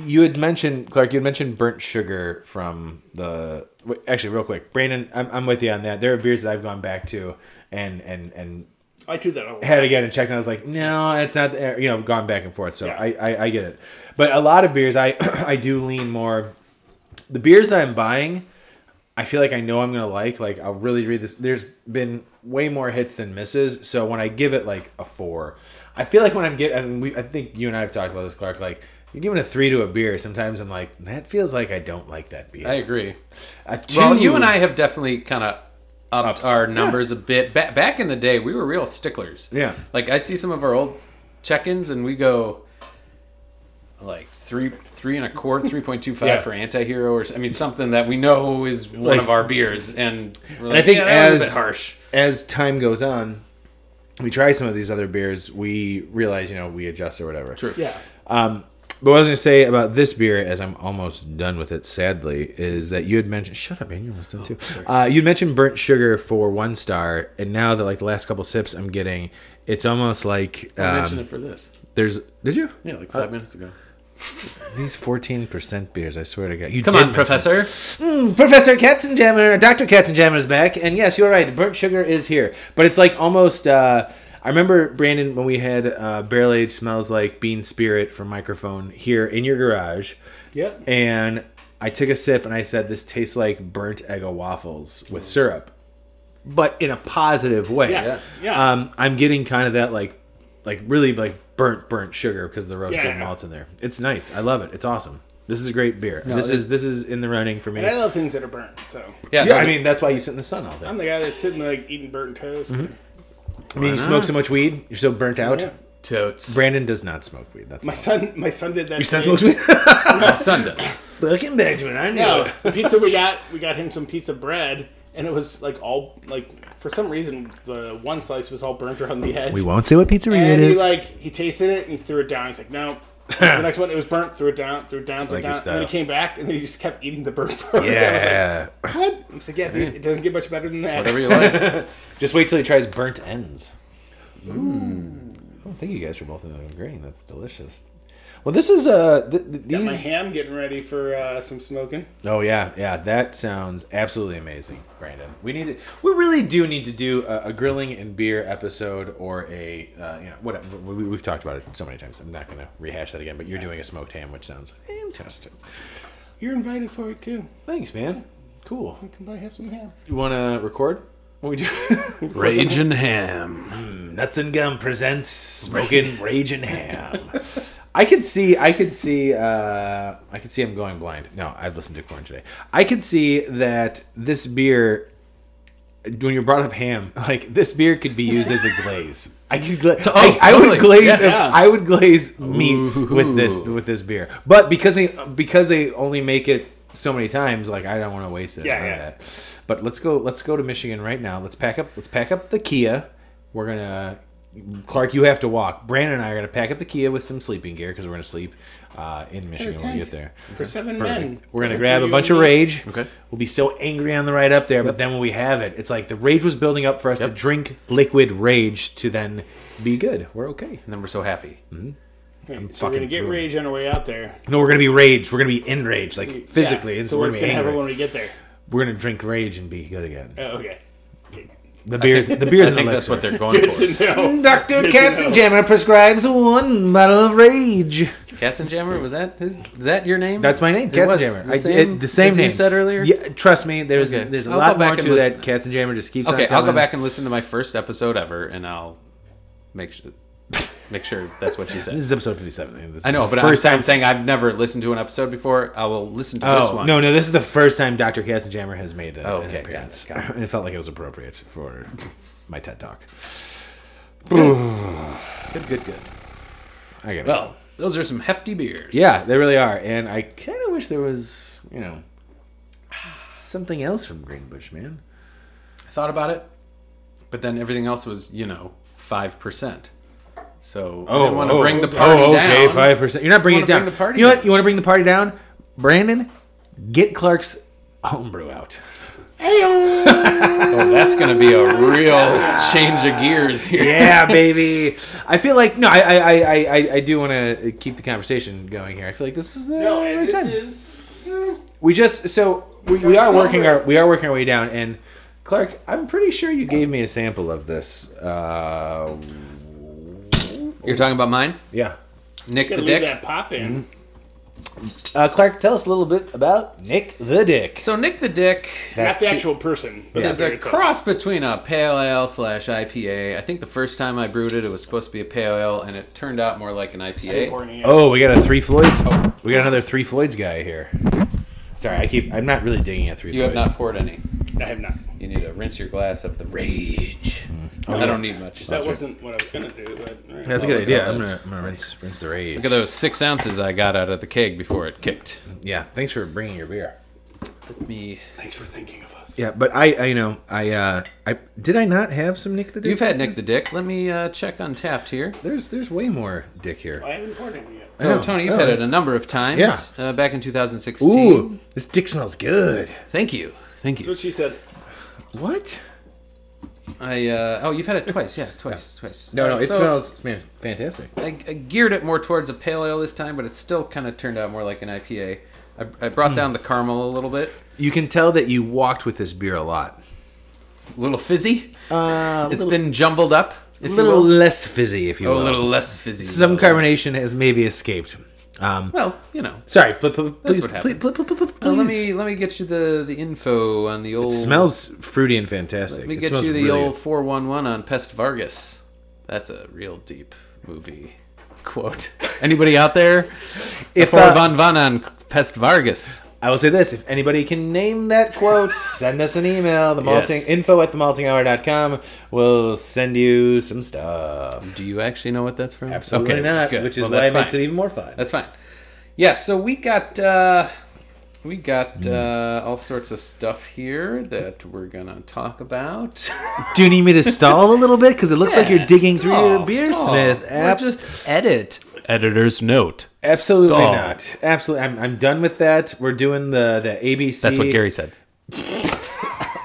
[SPEAKER 3] You had mentioned Clark. You had mentioned burnt sugar from the. wait, Actually, real quick, Brandon, I'm, I'm with you on that. There are beers that I've gone back to and and and
[SPEAKER 1] I do that a lot.
[SPEAKER 3] had again and checked, and I was like, no, it's not. there," You know, gone back and forth. So
[SPEAKER 1] Yeah.
[SPEAKER 3] I, I I get it. But a lot of beers, I I do lean more. The beers that I'm buying, I feel like I know I'm gonna like. Like I'll really read this. There's been way more hits than misses. So when I give it like a four, I feel like when I'm getting, and we, I think you and I have talked about this, Clark. Like you're giving a three to a beer. Sometimes I'm like, that feels like I don't like that beer.
[SPEAKER 2] I agree.
[SPEAKER 3] A two,
[SPEAKER 2] Well, you and I have definitely kind of upped
[SPEAKER 3] Upped.
[SPEAKER 2] our numbers a bit. Ba- back in the day, we were real sticklers.
[SPEAKER 3] Yeah.
[SPEAKER 2] Like I see some of our old check-ins, and we go like three, three and a quarter, three point two five
[SPEAKER 3] Yeah.
[SPEAKER 2] for antihero, or s- I mean something that we know is one
[SPEAKER 3] Like-
[SPEAKER 2] of our beers. And, we're
[SPEAKER 3] I think
[SPEAKER 2] "Yeah, that was a
[SPEAKER 3] as-
[SPEAKER 2] bit harsh.
[SPEAKER 3] as time goes on, we try some of these other beers. We realize, you know, we adjust or whatever.
[SPEAKER 2] True.
[SPEAKER 1] Yeah.
[SPEAKER 3] Um, but what I was going to say about this beer, as I'm almost done with it, sadly, is that you had mentioned. Shut up, man! You're
[SPEAKER 2] Oh,
[SPEAKER 3] almost done too. uh, you mentioned burnt sugar for one star, and now that like the last couple sips I'm getting, it's almost like
[SPEAKER 2] I
[SPEAKER 3] um,
[SPEAKER 2] mentioned it for this. Uh,
[SPEAKER 3] there's. Did you?
[SPEAKER 2] Yeah, like five minutes ago.
[SPEAKER 3] These 14% beers, I swear to God. You
[SPEAKER 2] Come
[SPEAKER 3] did
[SPEAKER 2] on,
[SPEAKER 3] mention-
[SPEAKER 2] Professor.
[SPEAKER 3] Professor Katzenjammer, Dr. Katzenjammer is back, and yes, you're right, burnt sugar is here. But it's like almost. Uh, I remember Brandon when we had uh, Barrel Age smells like Bean Spirit from Microphone here in your garage,
[SPEAKER 1] Yep.
[SPEAKER 3] and I took a sip and I said, "This tastes like burnt Eggo waffles with syrup," but in a positive way.
[SPEAKER 1] Yes, Yeah. yeah.
[SPEAKER 3] Um, I'm getting kind of that like, like really like burnt burnt sugar because of the roasted
[SPEAKER 1] Yeah.
[SPEAKER 3] malts in there. It's nice. I love it. It's awesome. This is a great beer. this
[SPEAKER 2] it-
[SPEAKER 3] is this is in the running for me.
[SPEAKER 1] and I love things that are burnt. So
[SPEAKER 2] Yeah,
[SPEAKER 3] Yeah,
[SPEAKER 2] that
[SPEAKER 3] I
[SPEAKER 2] was-
[SPEAKER 3] mean that's why you sit in the sun all day.
[SPEAKER 1] I'm the guy that's sitting like eating burnt toast.
[SPEAKER 3] Mm-hmm. I mean, you smoke so much weed, you're so burnt out.
[SPEAKER 1] Yeah.
[SPEAKER 2] totes.
[SPEAKER 3] Brandon does not smoke weed. That's
[SPEAKER 1] My
[SPEAKER 3] my
[SPEAKER 1] son, my son did that.
[SPEAKER 3] son
[SPEAKER 1] today.
[SPEAKER 3] smokes weed.
[SPEAKER 2] Sunday.
[SPEAKER 3] Fucking Benjamin, I know.
[SPEAKER 1] No, the pizza we got, we got him some pizza bread, and it was like all like for some reason the one slice was all burnt around the edge.
[SPEAKER 3] We won't say what pizzeria
[SPEAKER 1] And
[SPEAKER 3] it
[SPEAKER 1] he
[SPEAKER 3] is.
[SPEAKER 1] like he tasted it and he threw it down. He's like, no. the next one, it was burnt. Threw it down. Threw it down. Threw it down.
[SPEAKER 3] Like his
[SPEAKER 1] And then he
[SPEAKER 3] style.
[SPEAKER 1] came back and then he just kept eating the burnt part.
[SPEAKER 3] yeah.
[SPEAKER 1] I was like, what? I was like, yeah, dude, it doesn't get much better than that.
[SPEAKER 2] Whatever you like.
[SPEAKER 3] Just wait till he tries burnt ends. Oh, thank you guys for both agreeing. That's delicious. Well, this is uh th- th-
[SPEAKER 1] My
[SPEAKER 3] these.
[SPEAKER 1] ham getting ready for uh, some smoking.
[SPEAKER 3] Oh yeah, yeah. That sounds absolutely amazing, Brandon. We need to, We really do need to do a, a grilling and beer episode or a uh, you know whatever. We, we've talked about it so many times. I'm not going to rehash that again. But you're doing a smoked ham, which sounds fantastic.
[SPEAKER 1] You're invited for it too.
[SPEAKER 3] Thanks, man. Cool.
[SPEAKER 1] Come by, have some ham.
[SPEAKER 3] You want to record? What we do?
[SPEAKER 2] Rage and ham.
[SPEAKER 3] Nuts and Gum presents Smoking Rage and Ham. I could see, I could see, uh, I could see I'm going blind. No, I've listened to Corn today. I could see that this beer when you brought up ham, like this beer could be used as a glaze. I could gla-
[SPEAKER 2] To- oh,
[SPEAKER 3] I, I
[SPEAKER 2] totally.
[SPEAKER 3] would glaze
[SPEAKER 1] Yeah.
[SPEAKER 3] if- I would glaze meat with this
[SPEAKER 2] Ooh.
[SPEAKER 3] with this beer. But because they because they only make it so many times, like I don't want to waste it.
[SPEAKER 1] Yeah,
[SPEAKER 3] None of
[SPEAKER 1] yeah.
[SPEAKER 3] that. But let's go let's go to Michigan right now. Let's pack up let's pack up the Kia. We're gonna Clark, you have to walk. Brandon and I are gonna pack up the Kia with some sleeping gear because we're gonna sleep uh, in Michigan when we get there.
[SPEAKER 1] For seven men.
[SPEAKER 3] Perfect. We're gonna
[SPEAKER 1] Perfect
[SPEAKER 3] grab
[SPEAKER 1] for
[SPEAKER 3] a
[SPEAKER 1] you
[SPEAKER 3] bunch
[SPEAKER 1] and
[SPEAKER 3] of
[SPEAKER 1] me.
[SPEAKER 3] rage.
[SPEAKER 2] Okay.
[SPEAKER 3] We'll be so angry on the ride up there, but then when we have it, it's like the rage was building up for us to
[SPEAKER 2] Yep.
[SPEAKER 3] drink liquid rage to then be good. We're okay.
[SPEAKER 2] and then we're so happy.
[SPEAKER 1] Right, So we're gonna
[SPEAKER 3] fucking
[SPEAKER 1] get
[SPEAKER 3] through it.
[SPEAKER 1] rage on our way out there.
[SPEAKER 3] No, we're gonna be rage. We're gonna be enraged, like physically.
[SPEAKER 1] Yeah.
[SPEAKER 3] It's-
[SPEAKER 1] So
[SPEAKER 3] we're
[SPEAKER 1] what's
[SPEAKER 3] gonna
[SPEAKER 1] gonna
[SPEAKER 3] be
[SPEAKER 1] happen
[SPEAKER 3] angry.
[SPEAKER 1] when we get there?
[SPEAKER 3] We're gonna drink rage and be good again.
[SPEAKER 1] Oh, okay.
[SPEAKER 3] The beers, the beers.
[SPEAKER 2] I think that's what they're going
[SPEAKER 1] Good
[SPEAKER 2] for.
[SPEAKER 1] to know.
[SPEAKER 3] Doctor
[SPEAKER 1] Good to know.
[SPEAKER 3] Katzenjammer prescribes one bottle of rage.
[SPEAKER 2] Katzenjammer was that? His, is that your name?
[SPEAKER 3] That's my name,
[SPEAKER 2] It was.
[SPEAKER 3] Katzenjammer.
[SPEAKER 2] The
[SPEAKER 3] I-
[SPEAKER 2] same,
[SPEAKER 3] it- the same
[SPEAKER 2] as
[SPEAKER 3] name
[SPEAKER 2] you said earlier.
[SPEAKER 3] Yeah, trust me. There's
[SPEAKER 2] Okay.
[SPEAKER 3] there's a
[SPEAKER 2] I'll
[SPEAKER 3] lot
[SPEAKER 2] go back
[SPEAKER 3] more
[SPEAKER 2] and
[SPEAKER 3] to
[SPEAKER 2] listen.
[SPEAKER 3] that. Katzenjammer just keeps.
[SPEAKER 2] Okay,
[SPEAKER 3] on
[SPEAKER 2] I'll go
[SPEAKER 3] coming.
[SPEAKER 2] back and listen to my first episode ever, and I'll make sure make sure that's what you
[SPEAKER 3] This
[SPEAKER 2] said.
[SPEAKER 3] is episode fifty-seven. I mean, this
[SPEAKER 2] I
[SPEAKER 3] is
[SPEAKER 2] know,
[SPEAKER 3] the
[SPEAKER 2] but
[SPEAKER 3] first
[SPEAKER 2] I'm,
[SPEAKER 3] time
[SPEAKER 2] I'm saying I've never listened to an episode before. I will listen to this
[SPEAKER 3] Oh
[SPEAKER 2] one.
[SPEAKER 3] no, no, this is the first time Dr. Katzenjammer has made a,
[SPEAKER 2] Oh,
[SPEAKER 3] an
[SPEAKER 2] okay, got it,
[SPEAKER 3] appearance.
[SPEAKER 2] got
[SPEAKER 3] And it felt like it was appropriate for my TED talk.
[SPEAKER 2] Good, good, good.
[SPEAKER 3] I got
[SPEAKER 2] Well, those are some hefty beers.
[SPEAKER 3] yeah, they really are, and I kind of wish there was, you know, something else from Greenbush, man.
[SPEAKER 2] I thought about it, but then everything else was, you know, five percent. So I didn't want to bring the party
[SPEAKER 3] oh, okay,
[SPEAKER 2] down.
[SPEAKER 3] five percent. You're not bringing it
[SPEAKER 2] Wanna
[SPEAKER 3] down.
[SPEAKER 2] bring the party
[SPEAKER 3] you know
[SPEAKER 2] down.
[SPEAKER 3] what? You want to bring the party down, Brandon? Get Clark's homebrew out.
[SPEAKER 2] Oh, that's going to be a real change of gears here.
[SPEAKER 3] yeah, baby. I feel like no, I I I I, I do want to keep the conversation going here. I feel like this is the right time.
[SPEAKER 1] is
[SPEAKER 3] we just so we, we are working our we are working our way down and clark i'm pretty sure you gave me a sample of this uh
[SPEAKER 2] You're talking about mine,
[SPEAKER 3] yeah
[SPEAKER 2] Nick the
[SPEAKER 1] gonna leave
[SPEAKER 2] Dick.
[SPEAKER 1] that pop
[SPEAKER 3] Mm-hmm.
[SPEAKER 1] in.
[SPEAKER 3] uh clark tell us a little bit about nick the dick
[SPEAKER 2] So Nick the Dick
[SPEAKER 1] Not
[SPEAKER 3] That's
[SPEAKER 1] the
[SPEAKER 3] it.
[SPEAKER 1] actual person, but
[SPEAKER 2] is
[SPEAKER 1] the
[SPEAKER 2] a
[SPEAKER 1] beer itself.
[SPEAKER 2] cross between a pale ale slash IPA. I think the first time I brewed it, it was supposed to be a pale ale, and it turned out more like an IPA.
[SPEAKER 1] Important, yeah.
[SPEAKER 3] oh we got a three floyds we got another three floyds guy here sorry i keep i'm not really digging at three
[SPEAKER 2] You have
[SPEAKER 3] Floyd.
[SPEAKER 2] not poured any.
[SPEAKER 1] I have not.
[SPEAKER 2] You need to rinse your glass of the rage.
[SPEAKER 3] Mm.
[SPEAKER 2] I don't need much.
[SPEAKER 1] That wasn't what I was gonna do, but all right.
[SPEAKER 3] that's a
[SPEAKER 2] Oh, look
[SPEAKER 3] good
[SPEAKER 2] at
[SPEAKER 3] idea
[SPEAKER 2] all
[SPEAKER 3] i'm
[SPEAKER 2] that.
[SPEAKER 3] gonna, I'm gonna rinse, rinse the rage
[SPEAKER 2] Look at those six ounces I got out of the keg before it kicked.
[SPEAKER 3] yeah thanks for bringing your beer
[SPEAKER 2] Me.
[SPEAKER 1] thanks for thinking of us.
[SPEAKER 3] yeah but i i you know i uh i did i not have some nick the dick
[SPEAKER 2] You've had Nick the Dick. Let me uh, check Untapped here.
[SPEAKER 3] there's there's way more dick here
[SPEAKER 1] I haven't poured any yet.
[SPEAKER 2] Oh,
[SPEAKER 3] know.
[SPEAKER 2] Tony, you've
[SPEAKER 3] Oh.
[SPEAKER 2] had it a number of times.
[SPEAKER 3] Yeah.
[SPEAKER 2] Uh, back in 2016.
[SPEAKER 3] Ooh, this dick smells good.
[SPEAKER 2] Thank you. Thank
[SPEAKER 1] That's
[SPEAKER 2] you.
[SPEAKER 1] what she said.
[SPEAKER 3] What?
[SPEAKER 2] I uh, oh, you've had it twice. Yeah, twice, twice.
[SPEAKER 3] No, no,
[SPEAKER 2] Uh,
[SPEAKER 3] it
[SPEAKER 2] so
[SPEAKER 3] smells smells fantastic.
[SPEAKER 2] I, I geared it more towards a pale ale this time, but it still kind of turned out more like an IPA. I, I
[SPEAKER 3] Hmm.
[SPEAKER 2] brought down the caramel a little bit,
[SPEAKER 3] You can tell that you walked with this beer a lot.
[SPEAKER 2] a little fizzy.
[SPEAKER 3] Uh,
[SPEAKER 2] It's been jumbled up, if
[SPEAKER 3] a
[SPEAKER 2] you
[SPEAKER 3] little
[SPEAKER 2] will.
[SPEAKER 3] less fizzy, if you
[SPEAKER 2] Oh,
[SPEAKER 3] will.
[SPEAKER 2] a little less fizzy.
[SPEAKER 3] Some carbonation has maybe escaped. Um,
[SPEAKER 2] Well, you know.
[SPEAKER 3] sorry, pl- pl- please,
[SPEAKER 2] what happens.
[SPEAKER 3] please, pl- pl- pl- pl-
[SPEAKER 2] Uh, let
[SPEAKER 3] please.
[SPEAKER 2] me let me get you the the info on the old.
[SPEAKER 3] It smells fruity and fantastic.
[SPEAKER 2] Let me
[SPEAKER 3] It
[SPEAKER 2] get
[SPEAKER 3] smells
[SPEAKER 2] you the
[SPEAKER 3] really
[SPEAKER 2] old
[SPEAKER 3] good.
[SPEAKER 2] four one one on Pest Vargas. That's a real deep movie quote. Anybody out there?
[SPEAKER 3] If,
[SPEAKER 2] If
[SPEAKER 3] uh,
[SPEAKER 2] von Van on Pest Vargas.
[SPEAKER 3] I will say this: if anybody can name that quote, send us an email. The malting
[SPEAKER 2] Yes.
[SPEAKER 3] info at themaltinghour.com. We'll send you some stuff.
[SPEAKER 2] Do you actually know what that's from?
[SPEAKER 3] Absolutely
[SPEAKER 2] Okay,
[SPEAKER 3] not,
[SPEAKER 2] good.
[SPEAKER 3] which is
[SPEAKER 2] Well,
[SPEAKER 3] why
[SPEAKER 2] that's
[SPEAKER 3] it makes
[SPEAKER 2] fine. Uh,
[SPEAKER 3] it even more fun.
[SPEAKER 2] That's fine. Yeah, so we got uh, we got
[SPEAKER 3] Hmm.
[SPEAKER 2] uh, all sorts of stuff here that we're gonna talk about.
[SPEAKER 3] Do you need me to stall a little bit? Because it looks like you're
[SPEAKER 2] Yeah,
[SPEAKER 3] digging
[SPEAKER 2] stall,
[SPEAKER 3] through your beer
[SPEAKER 2] stall.
[SPEAKER 3] smith
[SPEAKER 2] Or
[SPEAKER 3] app.
[SPEAKER 2] just edit. Editor's note.
[SPEAKER 3] Absolutely
[SPEAKER 2] Stall.
[SPEAKER 3] not. Absolutely, I'm, I'm done with that. We're doing the the ABC.
[SPEAKER 2] That's what Gary said.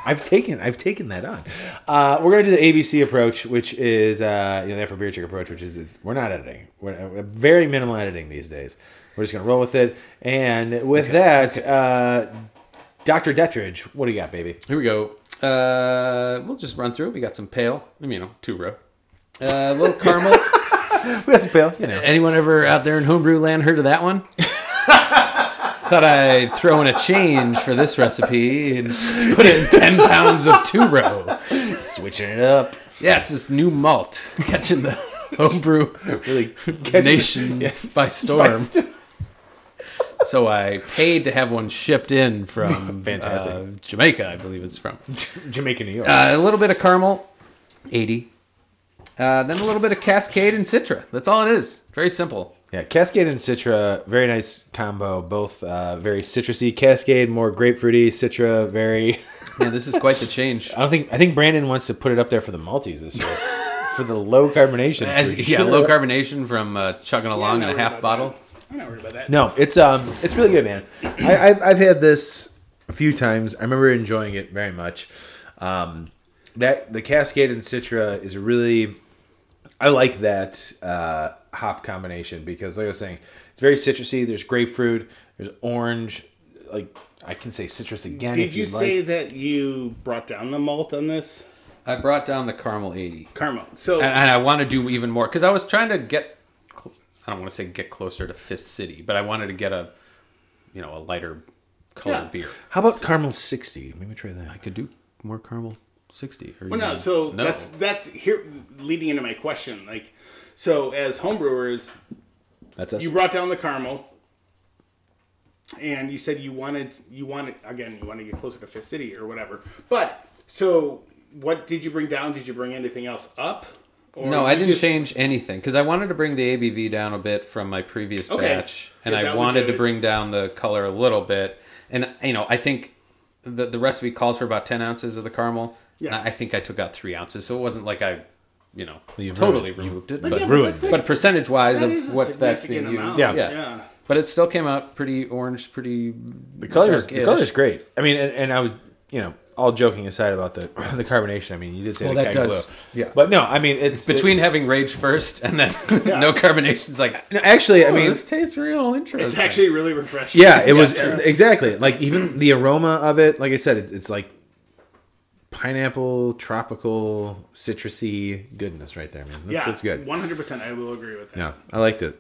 [SPEAKER 3] I've taken I've taken that on. Uh, we're gonna do the ABC approach, which is uh, you know the effort beer chick approach, which is it's, we're not editing. We're, uh, very minimal editing these days. We're just gonna roll with it. And with that, uh, Doctor Detridge, what do you got, baby?
[SPEAKER 2] Here we go. Uh, we'll just run through. We got some pale. I mean, you know, two row. Uh, a little caramel.
[SPEAKER 3] We got some pale, you know.
[SPEAKER 2] Anyone ever out there in homebrew land heard of that one? Thought I'd throw in a change for this recipe and put in 10 pounds of two row.
[SPEAKER 3] Switching it up,
[SPEAKER 2] Yeah, it's this new malt catching the homebrew
[SPEAKER 3] really
[SPEAKER 2] nation by storm. so I paid to have one shipped in from
[SPEAKER 3] Fantastic.
[SPEAKER 2] uh, Jamaica, I believe it's from.
[SPEAKER 3] Jamaica, New York.
[SPEAKER 2] Uh, a little bit of caramel, 80. Uh, then a little bit of Cascade and Citra. That's all it is. Very simple.
[SPEAKER 3] yeah, Cascade and Citra, very nice combo. Both uh, very citrusy. Cascade more grapefruity. Citra very.
[SPEAKER 2] Yeah, this is quite the change.
[SPEAKER 3] I don't think. I think Brandon wants to put it up there for the Maltese this year for the low carbonation.
[SPEAKER 2] As,
[SPEAKER 3] for
[SPEAKER 2] yeah,
[SPEAKER 3] sure.
[SPEAKER 2] low carbonation from uh, chugging along
[SPEAKER 1] not
[SPEAKER 2] in a
[SPEAKER 1] worried
[SPEAKER 2] half
[SPEAKER 1] about
[SPEAKER 2] bottle.
[SPEAKER 1] that. I'm not worried about that.
[SPEAKER 3] No, it's um, it's really good, man. I, I've I've had this a few times. I remember enjoying it very much. Um, that the Cascade and Citra is really, I like that uh, hop combination because, like I was saying, it's very citrusy. There's grapefruit. There's orange. Like I can say citrus again.
[SPEAKER 1] Did
[SPEAKER 3] if
[SPEAKER 1] you
[SPEAKER 3] you'd
[SPEAKER 1] say
[SPEAKER 3] like.
[SPEAKER 1] that you brought down the malt on this
[SPEAKER 2] I brought down the caramel 80.
[SPEAKER 1] caramel? So
[SPEAKER 2] And, and I want to do even more because I was trying to get, cl- I don't want to say get closer to Fist City, but I wanted to get a, you know, a lighter
[SPEAKER 1] Yeah.
[SPEAKER 2] colored beer.
[SPEAKER 3] How about caramel sixty? Maybe try that.
[SPEAKER 2] I could do more caramel 60. Or
[SPEAKER 1] Well, no.
[SPEAKER 2] even-
[SPEAKER 1] So that's that's here leading into my question. Like, so as homebrewers,
[SPEAKER 3] That's us.
[SPEAKER 1] you brought down the caramel, and you said you wanted you wanted again you want to get closer to Fist City or whatever. But so what did you bring down? Did you bring anything else up? Or
[SPEAKER 2] No, I
[SPEAKER 1] you
[SPEAKER 2] didn't
[SPEAKER 1] just-
[SPEAKER 2] change anything because I wanted to bring the ABV down a bit from my previous
[SPEAKER 1] Okay.
[SPEAKER 2] batch, and
[SPEAKER 1] Yeah, that
[SPEAKER 2] I
[SPEAKER 1] would
[SPEAKER 2] wanted
[SPEAKER 1] do
[SPEAKER 2] to
[SPEAKER 1] it.
[SPEAKER 2] bring down the color a little bit. And you know, I think the the recipe calls for about ten ounces of the caramel.
[SPEAKER 1] Yeah.
[SPEAKER 2] and I think I took out three ounces, so it wasn't like I, you know,
[SPEAKER 3] You
[SPEAKER 2] totally removed it. But,
[SPEAKER 1] Yeah,
[SPEAKER 3] ruined.
[SPEAKER 1] that's it.
[SPEAKER 2] but percentage wise
[SPEAKER 1] That
[SPEAKER 2] of
[SPEAKER 1] is a
[SPEAKER 2] what's that's being
[SPEAKER 1] significant
[SPEAKER 2] used,
[SPEAKER 1] amount.
[SPEAKER 3] Yeah.
[SPEAKER 1] Yeah.
[SPEAKER 2] But it still came out pretty orange, pretty
[SPEAKER 3] The color is the
[SPEAKER 2] dark-ish.
[SPEAKER 3] color is great. I mean, and, and I was you know all joking aside about the the carbonation. I mean, you did say
[SPEAKER 2] Well,
[SPEAKER 3] the
[SPEAKER 2] that
[SPEAKER 3] keg
[SPEAKER 2] does-
[SPEAKER 3] blue.
[SPEAKER 2] yeah.
[SPEAKER 3] But no, I mean it's
[SPEAKER 2] between having rage first and then no carbonation's like.
[SPEAKER 3] No, actually, I
[SPEAKER 2] "Oh,
[SPEAKER 3] mean,
[SPEAKER 2] this tastes real interesting.
[SPEAKER 1] It's actually really refreshing.
[SPEAKER 3] yeah, it was exactly like even the aroma of it. Like I said, it's it's like pineapple, tropical, citrusy goodness right there, man. That's,
[SPEAKER 1] yeah,
[SPEAKER 3] that's good.
[SPEAKER 1] One hundred percent, I will agree with that.
[SPEAKER 3] Yeah, I liked it.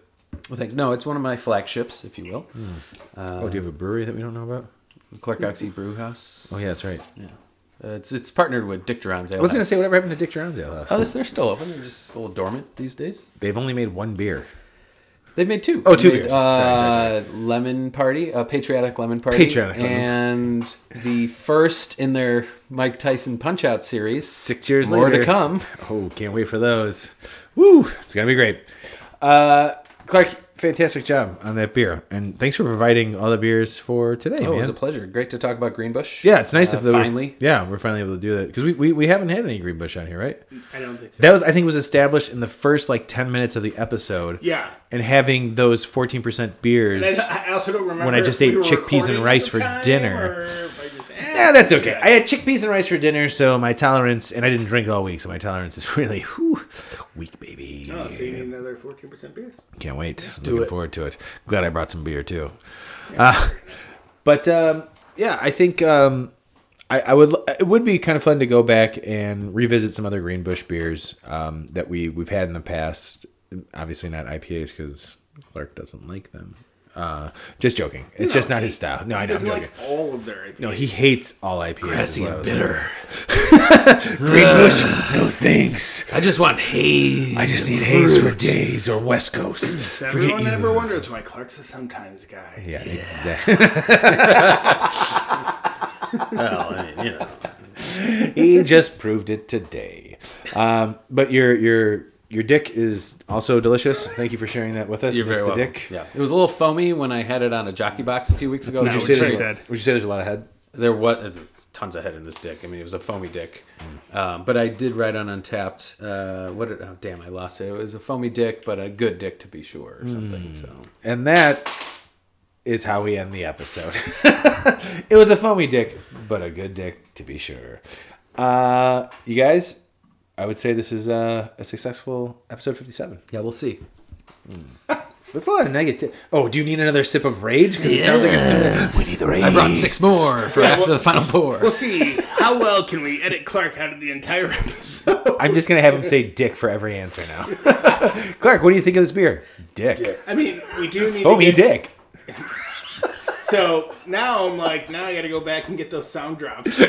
[SPEAKER 2] Well, thanks. No, it's one of my flagships, if you will. Uh,
[SPEAKER 3] oh, do you have a brewery that we don't know about?
[SPEAKER 2] Hmm. Clark Oxy Brew House.
[SPEAKER 3] Oh yeah, that's right.
[SPEAKER 2] Uh, it's it's partnered with Dick Duran's Ale.
[SPEAKER 3] I was gonna
[SPEAKER 2] House.
[SPEAKER 3] say whatever happened to Dick Drown's ale house.
[SPEAKER 2] Oh, this- they're still open. They're just a little dormant these days.
[SPEAKER 3] They've only made one beer.
[SPEAKER 2] They've made two.
[SPEAKER 3] Oh, two
[SPEAKER 2] They made,
[SPEAKER 3] beers.
[SPEAKER 2] Uh,
[SPEAKER 3] Sorry, sorry,
[SPEAKER 2] Lemon Party, a patriotic lemon party,
[SPEAKER 3] Patriotic Lemon.
[SPEAKER 2] and the first in their Mike Tyson Punch Out series.
[SPEAKER 3] Six years
[SPEAKER 2] more
[SPEAKER 3] later.
[SPEAKER 2] to come.
[SPEAKER 3] Oh, can't wait for those. Woo, it's gonna be great. Uh, Clark, fantastic job on that beer, and thanks for providing all the beers for today.
[SPEAKER 2] Oh, it was
[SPEAKER 3] man.
[SPEAKER 2] a pleasure. Great to talk about Greenbush.
[SPEAKER 3] Yeah, it's nice
[SPEAKER 2] Uh,
[SPEAKER 3] if that we're-
[SPEAKER 2] finally.
[SPEAKER 3] yeah, we're finally able to do that because we, we, we haven't had any green bush on here, right?
[SPEAKER 1] I don't think so.
[SPEAKER 3] That was I think was established in the first like ten minutes of the episode.
[SPEAKER 1] Yeah.
[SPEAKER 3] and having those fourteen percent beers.
[SPEAKER 1] And uh, I, I also don't remember
[SPEAKER 3] When I just
[SPEAKER 1] if
[SPEAKER 3] ate
[SPEAKER 1] were
[SPEAKER 3] chickpeas and
[SPEAKER 1] recording at
[SPEAKER 3] rice
[SPEAKER 1] the
[SPEAKER 3] for
[SPEAKER 1] time
[SPEAKER 3] dinner.
[SPEAKER 1] or if I just
[SPEAKER 3] yeah,
[SPEAKER 1] asked.
[SPEAKER 3] that's okay.
[SPEAKER 1] Yeah.
[SPEAKER 3] I had chickpeas and rice for dinner, so my tolerance and I didn't drink all week, so my tolerance is really whew, weak, baby.
[SPEAKER 1] Oh, so you need another fourteen percent beer?
[SPEAKER 3] Can't wait. Looking forward to it. Glad I brought some beer too. Uh, but um, yeah, I think um, I, I would. It would be kind of fun to go back and revisit some other Greenbush beers um, that we we've had in the past. Obviously, not IPAs because Clark doesn't like them. Uh, just joking. It's just not his style. No, I
[SPEAKER 1] He
[SPEAKER 3] know. I'm
[SPEAKER 1] doesn't
[SPEAKER 3] joking.
[SPEAKER 1] like all of their IPAs.
[SPEAKER 3] no, he hates all IPAs. Grassy and bitter. Greenbush, no thanks.
[SPEAKER 2] I just want haze.
[SPEAKER 3] I just need haze for days or West Coast. Forget
[SPEAKER 1] Everyone
[SPEAKER 3] you.
[SPEAKER 1] ever wonders why Clark's a sometimes guy.
[SPEAKER 3] Yeah, exactly.
[SPEAKER 2] Well, I mean, you know.
[SPEAKER 3] he just proved it today. Um, but your your your dick is also delicious. Thank you for sharing that with us.
[SPEAKER 2] You're
[SPEAKER 3] Nick
[SPEAKER 2] very
[SPEAKER 3] the
[SPEAKER 2] welcome.
[SPEAKER 3] Dick.
[SPEAKER 2] Yeah, it was a little foamy when I had it on a jockey box a few weeks ago.
[SPEAKER 1] not
[SPEAKER 2] So
[SPEAKER 1] what
[SPEAKER 2] it's
[SPEAKER 1] she
[SPEAKER 2] just-
[SPEAKER 1] said.
[SPEAKER 3] Would you say there's a lot of head?
[SPEAKER 2] There was tons of head in this dick. I mean, it was a foamy dick. Um, but I did write on Untapped. Uh, what? Did, oh, damn, I lost it. It was a foamy dick, but a good dick to be sure, or something. So
[SPEAKER 3] And that is how we end the episode. it was a foamy dick, but a good dick to be sure. Uh, you guys, I would say this is uh, a successful episode 57.
[SPEAKER 2] yeah, we'll see.
[SPEAKER 3] That's a lot of negative. Oh, do you need another sip of rage? 'Cause it sounds like it's we need the rage.
[SPEAKER 2] I brought six more for after
[SPEAKER 1] well-
[SPEAKER 2] the final pour.
[SPEAKER 1] We'll see how well can we edit Clark out of the entire episode.
[SPEAKER 3] I'm just gonna have him say "dick" for every answer now. Clark, what do you think of this beer? Dick.
[SPEAKER 1] I mean, we do need
[SPEAKER 3] Foamy
[SPEAKER 1] to get,
[SPEAKER 3] dick.
[SPEAKER 1] So now I'm like, now I got to go back and get those sound drops.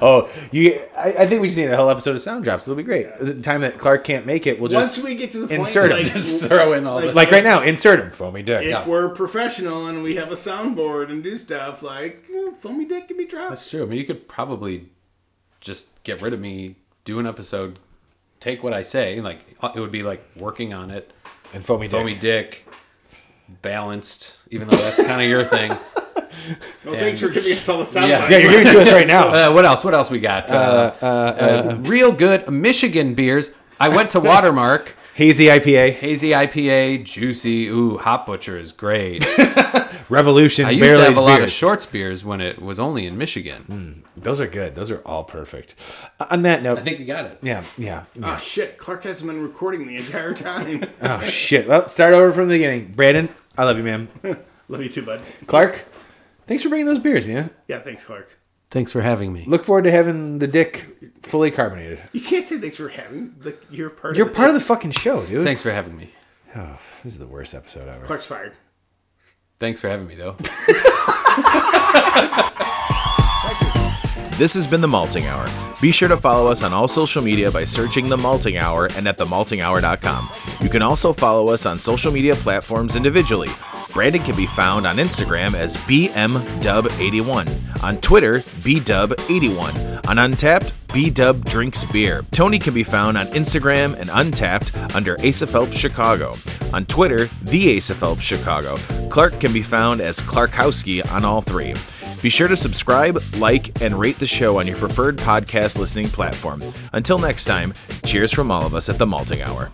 [SPEAKER 3] Oh, you! I, I think we just need a whole episode of sound drops. It'll be great. The time that Clark can't make it, we'll just
[SPEAKER 1] Once we get to the
[SPEAKER 3] insert
[SPEAKER 1] point,
[SPEAKER 3] it.
[SPEAKER 1] like,
[SPEAKER 2] Just throw in all the.
[SPEAKER 3] like right now, insert him for me, Dick.
[SPEAKER 1] if
[SPEAKER 3] Yeah.
[SPEAKER 1] we're professional and we have a soundboard and do stuff, like eh, foamy dick can be dropped.
[SPEAKER 2] That's true. I mean, you could probably just get rid of me, do an episode, take what I say, like it would be like working on it,
[SPEAKER 3] And foamy,
[SPEAKER 2] foamy
[SPEAKER 3] Dick.
[SPEAKER 2] dick, balanced. Even though that's kind of your thing.
[SPEAKER 1] Well, thanks for giving us all the sound.
[SPEAKER 2] Yeah.
[SPEAKER 1] bites.
[SPEAKER 3] Yeah, you're giving it to us right now.
[SPEAKER 2] Uh, what else? What else we got? Uh, uh, real good Michigan beers. I went to Watermark.
[SPEAKER 3] Hazy IPA,
[SPEAKER 2] Hazy IPA, juicy. Ooh, Hot Butcher is great.
[SPEAKER 3] Revolution,
[SPEAKER 2] I used
[SPEAKER 3] barely
[SPEAKER 2] to have a lot of shorts beers Mm. when it was only in Michigan.
[SPEAKER 3] Those are good. Those are all perfect. Uh, on that note,
[SPEAKER 2] I think you got it.
[SPEAKER 3] yeah, yeah.
[SPEAKER 1] Oh shit, Clark hasn't been recording the entire time.
[SPEAKER 3] Oh shit! Well, start over from the beginning. Brandon, I love you, man.
[SPEAKER 1] Love you too, bud.
[SPEAKER 3] Clark, thanks for bringing those beers, man.
[SPEAKER 1] Yeah, thanks, Clark.
[SPEAKER 2] Thanks for having me.
[SPEAKER 3] Look forward to having the dick fully carbonated.
[SPEAKER 1] You can't say thanks for having. Like you're part.
[SPEAKER 3] You're
[SPEAKER 1] of
[SPEAKER 3] part of the
[SPEAKER 1] this.
[SPEAKER 3] fucking show, dude.
[SPEAKER 2] Thanks for having me.
[SPEAKER 3] Oh, this is the worst episode ever.
[SPEAKER 1] Clark's fired.
[SPEAKER 2] Thanks for having me, though.
[SPEAKER 6] This has been The Malting Hour. Be sure to follow us on all social media by searching The Malting Hour and at themaltinghour.com. You can also follow us on social media platforms individually. Brandon can be found on Instagram as BMDub81, on Twitter, BDub81, on Untapped, BDub Drinks Beer. Tony can be found on Instagram and Untapped under Asa Phelps Chicago, on Twitter, The Asa Phelps Chicago. Clark can be found as Clarkowski on all three. Be sure to subscribe, like, and rate the show on your preferred podcast listening platform. Until next time, cheers from all of us at the Malting Hour.